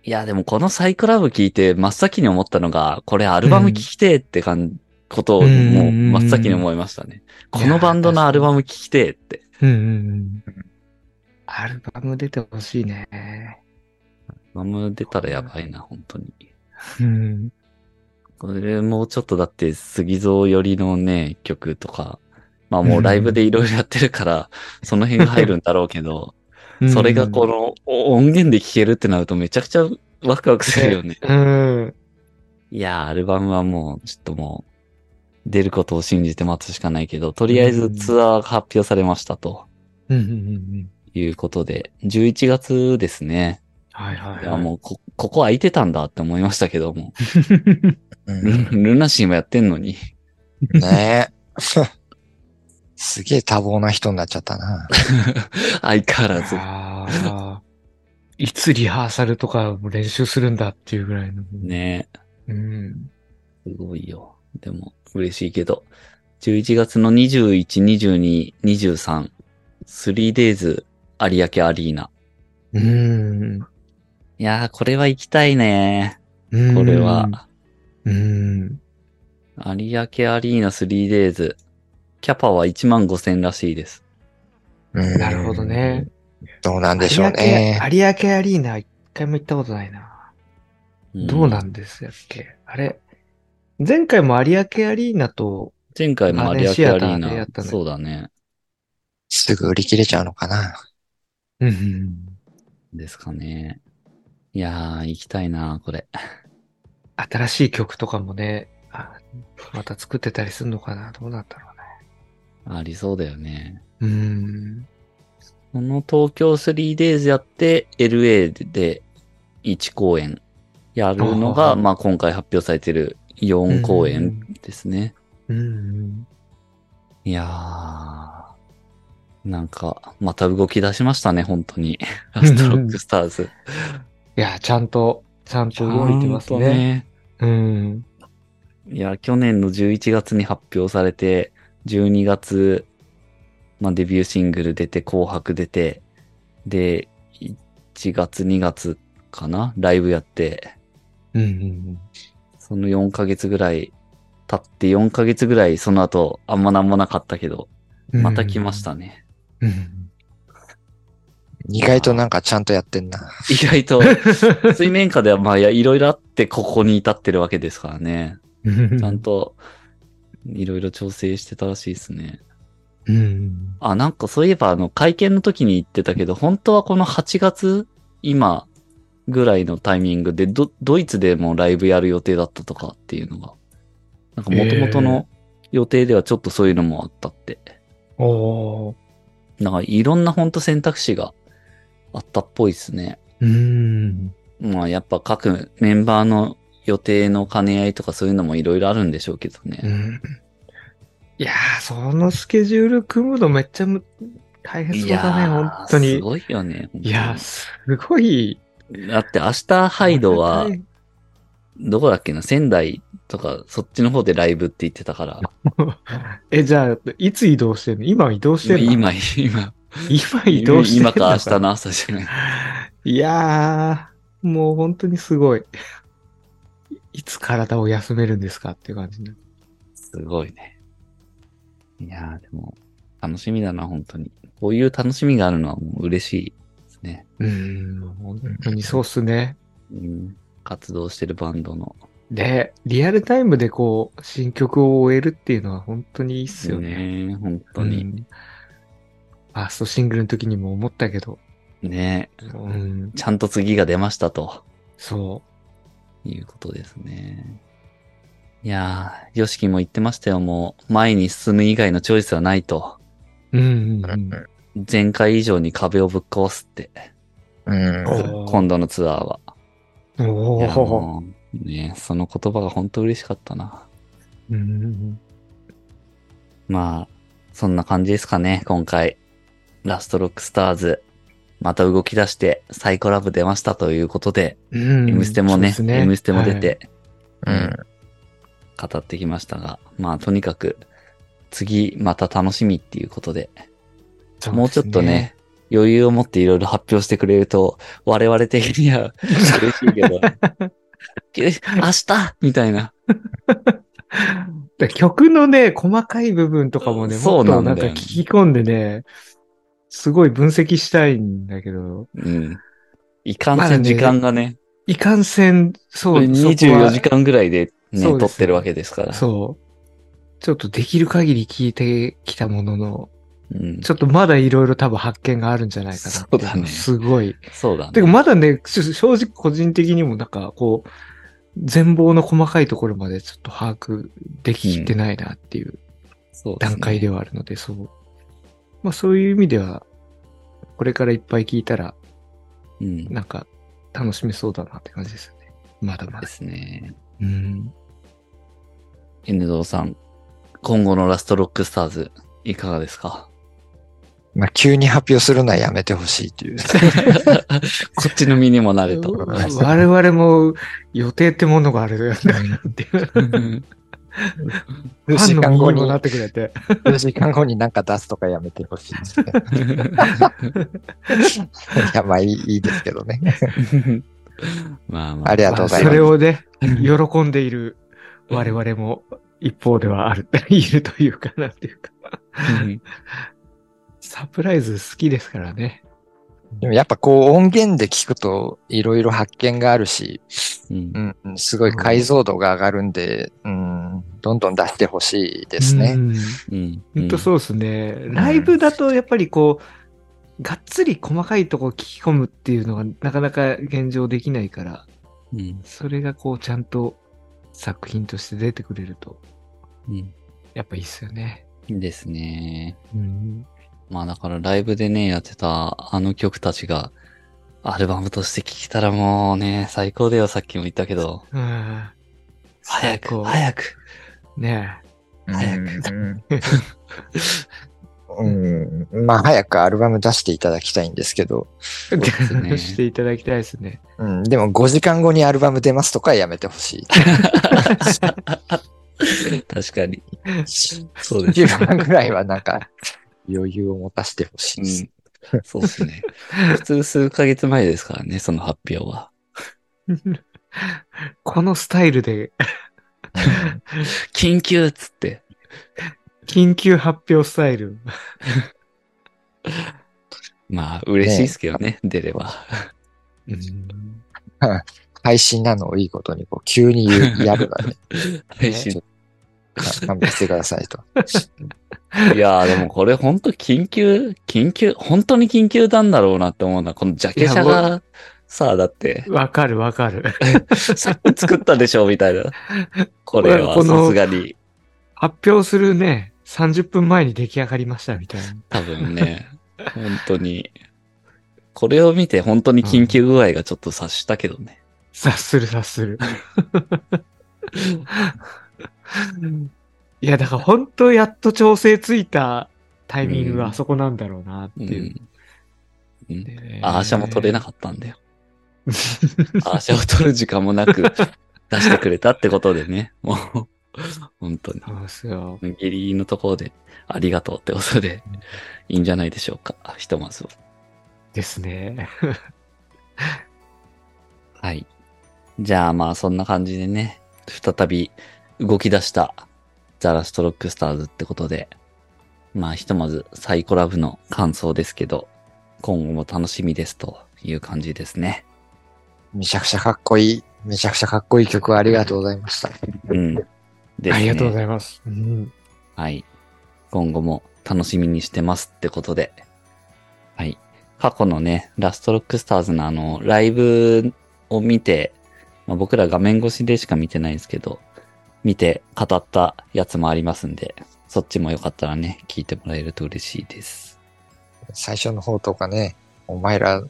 Speaker 1: いや、でもこのサイクラブ聞いて真っ先に思ったのが、これアルバム聞きてえって感ことをもう
Speaker 3: うんうんうんうん
Speaker 1: 真っ先に思いましたね。
Speaker 3: い
Speaker 1: こ
Speaker 3: や
Speaker 1: のバンドのアルバム聞きてえって。
Speaker 3: うんうんうん。アルバム出てほしいね。
Speaker 1: アルバム出たらやばいな、本当に。
Speaker 3: うん。
Speaker 1: これもうちょっとだって杉蔵寄りのね、曲とか、まあもうライブでいろいろやってるから、その辺が入るんだろうけど、それがこのお音源で聴けるってなるとめちゃくちゃワクワクするよね。
Speaker 3: うん。うん。
Speaker 1: いやー、アルバムはもうちょっともう出ることを信じて待つしかないけど、とりあえずツアーが発表されましたと
Speaker 3: うんうんうん。
Speaker 1: いうことで、11月ですね。
Speaker 3: はいはい、はい。
Speaker 1: いやもうこ、ここ空いてたんだって思いましたけども、
Speaker 2: うん
Speaker 1: ルルナシーもやってんのに。
Speaker 2: ねえ。すげえ多忙な人になっちゃったな。
Speaker 1: 相変わらず。
Speaker 3: ああ。いつリハーサルとかも練習するんだっていうぐらいの。
Speaker 1: ね
Speaker 3: うん。
Speaker 1: え、すごいよ。でも、嬉しいけど。11月の21、22、23、3days 有明アリーナ。
Speaker 3: うん。
Speaker 1: いやー、これは行きたいね。
Speaker 3: うん
Speaker 1: これは。。
Speaker 3: うん。
Speaker 1: 有明アリーナ 3days。キャパは1万5000らしいです。
Speaker 2: うん
Speaker 3: なるほど。ね。
Speaker 2: どうなんでしょうね。
Speaker 3: 有明有明アリーナ一回も行ったことないな。
Speaker 1: ん
Speaker 3: どうなんですやっけあれ。前回も有明アリーナと、
Speaker 1: 前回も有明
Speaker 3: あ
Speaker 1: ア
Speaker 3: ね
Speaker 1: リ
Speaker 3: シアタ
Speaker 1: ー
Speaker 3: ーでや
Speaker 1: ナ
Speaker 3: っ。たね
Speaker 1: そうだね。
Speaker 2: すぐ売り切れちゃうのかな。
Speaker 1: ですかね。いやー、行きたいな、これ。
Speaker 3: 新しい曲とかもね、あまた作ってたりするのかなどうなんだろ
Speaker 1: ありそうだよね。
Speaker 3: うね。うん。
Speaker 1: この東京 3days やって、LA で1公演やるの
Speaker 3: あは
Speaker 1: が、
Speaker 3: は
Speaker 1: まあ今回発表されてる4公演ですね。
Speaker 3: うん。
Speaker 1: いやー。なんか、また動き出しましたね、本当に。 ラストロックスターズ。
Speaker 3: いや、ちゃんと、ちゃんと 動いてます
Speaker 1: ちゃんと
Speaker 3: ね。。うん。
Speaker 1: いや、去年の11月に発表されて、12月、まあデビューシングル出て、紅白出て、で、1月、2月かなライブやって、
Speaker 3: うんうん
Speaker 1: その4ヶ月ぐらい、経って4ヶ月ぐらい、その後、あんまなんもなかったけど、
Speaker 3: うん。
Speaker 1: また来ましたね。
Speaker 3: うん。
Speaker 2: 意外となんかちゃんとやってんな。
Speaker 1: 意外と、水面下では、まあ、いや、いろいろあって、ここに至ってるわけですからね。
Speaker 3: うん。
Speaker 1: ちゃんと、いろいろ調整してたらしいですね。
Speaker 3: うん。
Speaker 1: あ、なんかそういえば、あの、会見の時に言ってたけど、本当はこの8月、今、ぐらいのタイミングで、ド、ドイツでもライブやる予定だったとかっていうのが、なんか元々の予定ではちょっとそういうのもあったって。
Speaker 3: おー。
Speaker 1: なんかいろんなほんと選択肢があったっぽいですね。
Speaker 3: うん。
Speaker 1: まあやっぱ各メンバーの予定の兼ね合いとかそういうのもいろいろあるんでしょうけどね。
Speaker 3: うんいやー、そのスケジュール組むのめっちゃむ大変そうだね、
Speaker 1: ー
Speaker 3: 本当に。
Speaker 1: すごいよね。
Speaker 3: いやー、すごい。
Speaker 1: だって明日ハイドは、どこだっけな、仙台とかそっちの方でライブって言ってたから、
Speaker 3: え、じゃあ、いつ移動してんの今移動してんの
Speaker 1: 今、今、
Speaker 3: 今移動してんの
Speaker 1: 今か明日の朝じゃない。
Speaker 3: いやー、もう本当にすごい。いつ体を休めるんですかっていう感じね。
Speaker 1: すごいね。いやーでも、楽しみだな、本当に。こういう楽しみがあるのはもう嬉しいですね。
Speaker 3: うん、本当にそうっすね。
Speaker 1: うん、活動してるバンドの。
Speaker 3: で、リアルタイムでこう、新曲を終えるっていうのは本当にいいっすよね。
Speaker 1: ね。本当に。
Speaker 3: うんファーストシングルの時にも思ったけど、
Speaker 1: うね
Speaker 3: うん、
Speaker 1: ちゃんと次が出ましたと
Speaker 3: そ
Speaker 1: いうことですね。いやー、ヨシキも言ってましたよ、もう。前に進む以外のチョイスはないと。
Speaker 3: う。うんうんうん。
Speaker 1: 前回以上に壁をぶっ壊すって。
Speaker 2: うん。
Speaker 1: 今度のツアーは。いや
Speaker 3: おお。
Speaker 1: もうね、その言葉が本当嬉しかったな。
Speaker 3: うん
Speaker 1: まあ、そんな感じですかね、今回。ラストロックスターズ。また動き出して、サイコラブ出ましたということで、
Speaker 3: うん。
Speaker 1: M ステもね、
Speaker 3: そうです
Speaker 1: M ステも出
Speaker 3: はい
Speaker 1: て
Speaker 2: うん。
Speaker 1: 語ってきましたが、まあとにかく、次また楽しみっていうことで、
Speaker 3: そうです
Speaker 1: もうちょっとね、余裕を持っていろいろ発表してくれると、我々的に は嬉しいけど、明日みたいな。
Speaker 3: だから曲のね、細かい部分とかもね、
Speaker 1: そう
Speaker 3: もっ
Speaker 1: な
Speaker 3: と
Speaker 1: んだ
Speaker 3: な
Speaker 1: よ
Speaker 3: ん
Speaker 1: ね
Speaker 3: か聞き込んでね、すごい分析したいんだけど、
Speaker 1: うん。いかん
Speaker 3: ま
Speaker 1: せ
Speaker 3: だ
Speaker 1: ん
Speaker 3: ね
Speaker 1: 時間がね、
Speaker 3: いかんせん、そう、そこは
Speaker 1: 24時間ぐらいでね、
Speaker 3: そうです
Speaker 1: 撮ってるわけですから。
Speaker 3: そう。ちょっとできる限り聞いてきたものの、
Speaker 1: うん
Speaker 3: ちょっとまだいろいろ多分発見があるんじゃないかなっていの
Speaker 1: そうだね
Speaker 3: すごい。
Speaker 1: そうだね。
Speaker 3: てかまだね、ちょ正直個人的にもなんかこう、全貌の細かいところまでちょっと把握でききってないなっていう
Speaker 1: そうすね
Speaker 3: 段階ではあるので、そう,、まあそういう意味では、これからいっぱい聞いたら、
Speaker 1: うん。で
Speaker 3: なんか楽しめそうだなって感じですよね。まだまだ。
Speaker 1: すね。
Speaker 3: うん。
Speaker 1: N ゾウさん、今後のラストロックスターズ、いかがですか
Speaker 2: まあ、急に発表するのはやめてほしい という。
Speaker 1: こっちの身にもなれと。
Speaker 3: 我々も予定ってものがあるよねって いう。フ
Speaker 2: 4
Speaker 3: ァ
Speaker 2: 時
Speaker 3: ンの
Speaker 2: 間
Speaker 3: 身
Speaker 2: 後
Speaker 3: に
Speaker 2: に
Speaker 3: も、なってくれて。
Speaker 2: 4時間後になんか出すとかやめてほしいです ね。いや、まあいいいいですけどね。
Speaker 1: まあまあ。
Speaker 2: ありがとうございま
Speaker 3: それ
Speaker 2: す。
Speaker 3: をね、喜んでいる我々も一方ではある、いるというかなんていうか。
Speaker 1: うん
Speaker 3: サプライズ好きですからね。
Speaker 2: でもやっぱこう音源で聞くといろいろ発見があるし、
Speaker 1: うん
Speaker 2: うん、うんすごい解像度が上がるんで、うん、どんどん出してほしいですね。
Speaker 3: うん。
Speaker 1: うん。
Speaker 3: 本当そうですね。ライブだとやっぱりこう、がっつり細かいとこ聞き込むっていうのがなかなか現状できないから、
Speaker 1: うん。
Speaker 3: それがこうちゃんと作品として出てくれると、
Speaker 1: うん。
Speaker 3: やっぱいいっすよね。
Speaker 1: ですね。
Speaker 3: うん。
Speaker 1: まあだからライブでね、やってたあの曲たちが、アルバムとして聴けたらもうね、最高だよ、さっきも言ったけど。
Speaker 3: うん、
Speaker 1: 早
Speaker 3: 最
Speaker 1: く、
Speaker 3: 高
Speaker 1: 早く。
Speaker 3: ねえ
Speaker 1: 早く
Speaker 2: うん、うんまあ早くアルバム出していただきたいんですけど、
Speaker 1: うですね
Speaker 3: して いただきたいですね。
Speaker 2: うん、でも5時間後にアルバム出ますとかはやめてほし い。
Speaker 1: 確かに。そうです
Speaker 2: 10分ぐらいはな んか余裕を持たせてほしいです。
Speaker 1: うん。 そうですね。普通数ヶ月前ですからね、その発表は。
Speaker 3: このスタイルで
Speaker 1: 緊急っつって。
Speaker 3: 緊急発表スタイル。
Speaker 1: まあ、嬉しいですけどね、出れば。
Speaker 2: 配信なのをいいことにこう急に言うやるので、
Speaker 1: 配信
Speaker 2: ちょっと勘弁してくださいと。
Speaker 1: いやー、でもこれ本当緊急、緊急、本当に緊急なんだろうなって思うな。このジャケ写
Speaker 3: いや
Speaker 1: が、さあ、だって、
Speaker 3: わかるわかる。
Speaker 1: さっき作ったでしょ、みたいな。これは
Speaker 3: この
Speaker 1: さすがに、
Speaker 3: 発表するね、30分前に出来上がりましたみたいな。
Speaker 1: 多分ね、本当に。これを見て本当に緊急具合がちょっと察したけどね。
Speaker 3: 察する察する。いや、だから本当やっと調整ついたタイミング
Speaker 1: うん
Speaker 3: はあそこなんだろうなっ
Speaker 1: う。。
Speaker 3: ていうん
Speaker 1: うん
Speaker 3: で
Speaker 1: アーシャも取れなかったんだよ。アーシャを取る時間もなく出してくれたってことでね。もう、本当に。
Speaker 3: そうですよ。
Speaker 1: ギリギリのところでありがとうってことで、いいんじゃないでしょうか。ひとまずは。
Speaker 3: ですね。
Speaker 1: はい。じゃあまあそんな感じでね、再び動き出したザラストロックスターズってことで、まあひとまずサイコラブの感想ですけど、今後も楽しみですという感じですね。
Speaker 2: めちゃくちゃかっこいい、めちゃくちゃかっこいい曲をありがとうございました。
Speaker 1: うん。ですね
Speaker 3: ありがとうございます。うん
Speaker 1: はい。今後も楽しみにしてますってことで。はい。過去のね、ラストロックスターズのあの、ライブを見て、まあ、僕ら画面越しでしか見てないんですけど、見て語ったやつもありますんで、そっちもよかったらね、聞いてもらえると嬉しいです。
Speaker 2: 最初の方とかね、お前ら、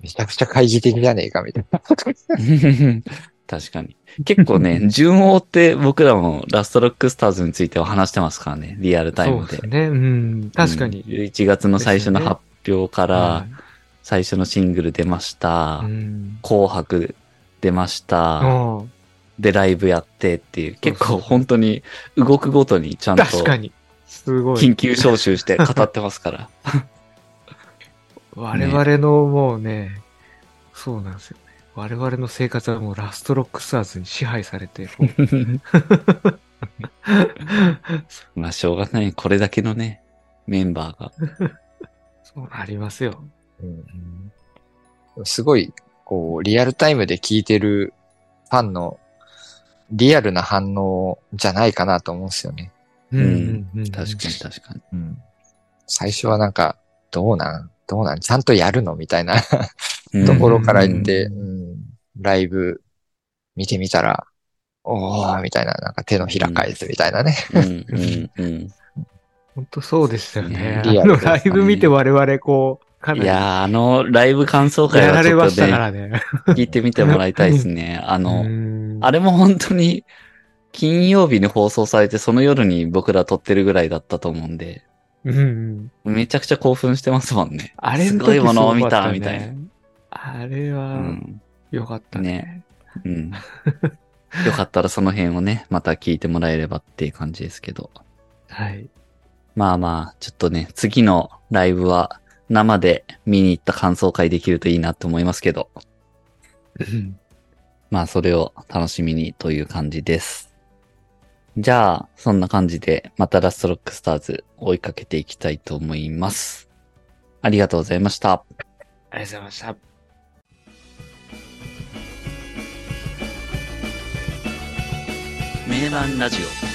Speaker 2: めちゃくちゃ懐疑的じゃねえか、みたいな。
Speaker 1: 確かに。結構 ね、順を追って僕らもラストロックスターズについては話してますからね、リアルタイ
Speaker 3: そ
Speaker 1: ム
Speaker 3: う
Speaker 1: で
Speaker 3: です。ね。うん。確かに
Speaker 1: うん。11月の最初の発表から
Speaker 3: は、
Speaker 1: 最初のシングル出ました、
Speaker 3: いうん。
Speaker 1: 紅白出ました、
Speaker 3: うん
Speaker 1: でライブやってっていう、結
Speaker 3: そう
Speaker 1: 構
Speaker 3: そう
Speaker 1: 本当に動くごとにちゃんと
Speaker 3: 確かに。すごい。
Speaker 1: 緊急招集して語ってます から。
Speaker 3: 我々のもうね、そうなんですよね。我々の生活はもうラストロックスターズに支配さ れて、もう
Speaker 1: まあしょうがない。これだけのね、メンバーが。
Speaker 3: そうなりますよ。
Speaker 2: すごい、こう、リアルタイムで聞いてるファンのリアルな反応じゃないかなと思うんですよね。
Speaker 3: うんうう
Speaker 1: 確かに確かに。
Speaker 2: 最初はなんか、どうなんどうなんちゃんとやるのみたいな
Speaker 1: うん
Speaker 2: ところから行って、
Speaker 3: うん
Speaker 2: うんライブ見てみたら、おーみたいな、なんか手のひら返すみたいなね。
Speaker 1: うんうん
Speaker 3: 本当そうでしたよね。
Speaker 2: リア
Speaker 3: あ
Speaker 2: ル
Speaker 3: の
Speaker 2: ですね
Speaker 3: ライブ見て我々こう、か
Speaker 1: うん。い
Speaker 3: な
Speaker 1: やー、あの、ライブ感想
Speaker 3: り
Speaker 1: 会
Speaker 3: やら
Speaker 1: はち
Speaker 3: れ
Speaker 1: ょ
Speaker 3: ま
Speaker 1: っ
Speaker 3: し
Speaker 1: と
Speaker 3: た
Speaker 1: ね
Speaker 3: か、らね。
Speaker 1: 聞いてみてもらいたいですね。あの、
Speaker 3: うん
Speaker 1: あれも本当に、金曜日に放送されて、その夜に僕ら撮ってるぐらいだったと思うんで、
Speaker 3: うんうん
Speaker 1: めちゃくちゃ興奮してますもんね。
Speaker 3: あれの時
Speaker 1: すごいものを見た、
Speaker 3: す
Speaker 1: み
Speaker 3: ごか
Speaker 1: たい
Speaker 3: っ
Speaker 1: な。
Speaker 3: ね。あれ
Speaker 1: う
Speaker 3: は
Speaker 1: ん。
Speaker 3: 良かったね。
Speaker 1: うん。よかったらその辺をね、また聞いてもらえればっていう感じですけど。
Speaker 3: はい。
Speaker 1: まあまあ、ちょっとね、次のライブは生で見に行った感想会できるといいなと思いますけど、
Speaker 3: うん
Speaker 1: まあそれを楽しみにという感じです。じゃあ、そんな感じで、またラストロックスターズ追いかけていきたいと思います。ありがとうございました。
Speaker 3: ありがとうございました。
Speaker 1: 名盤ラジオ。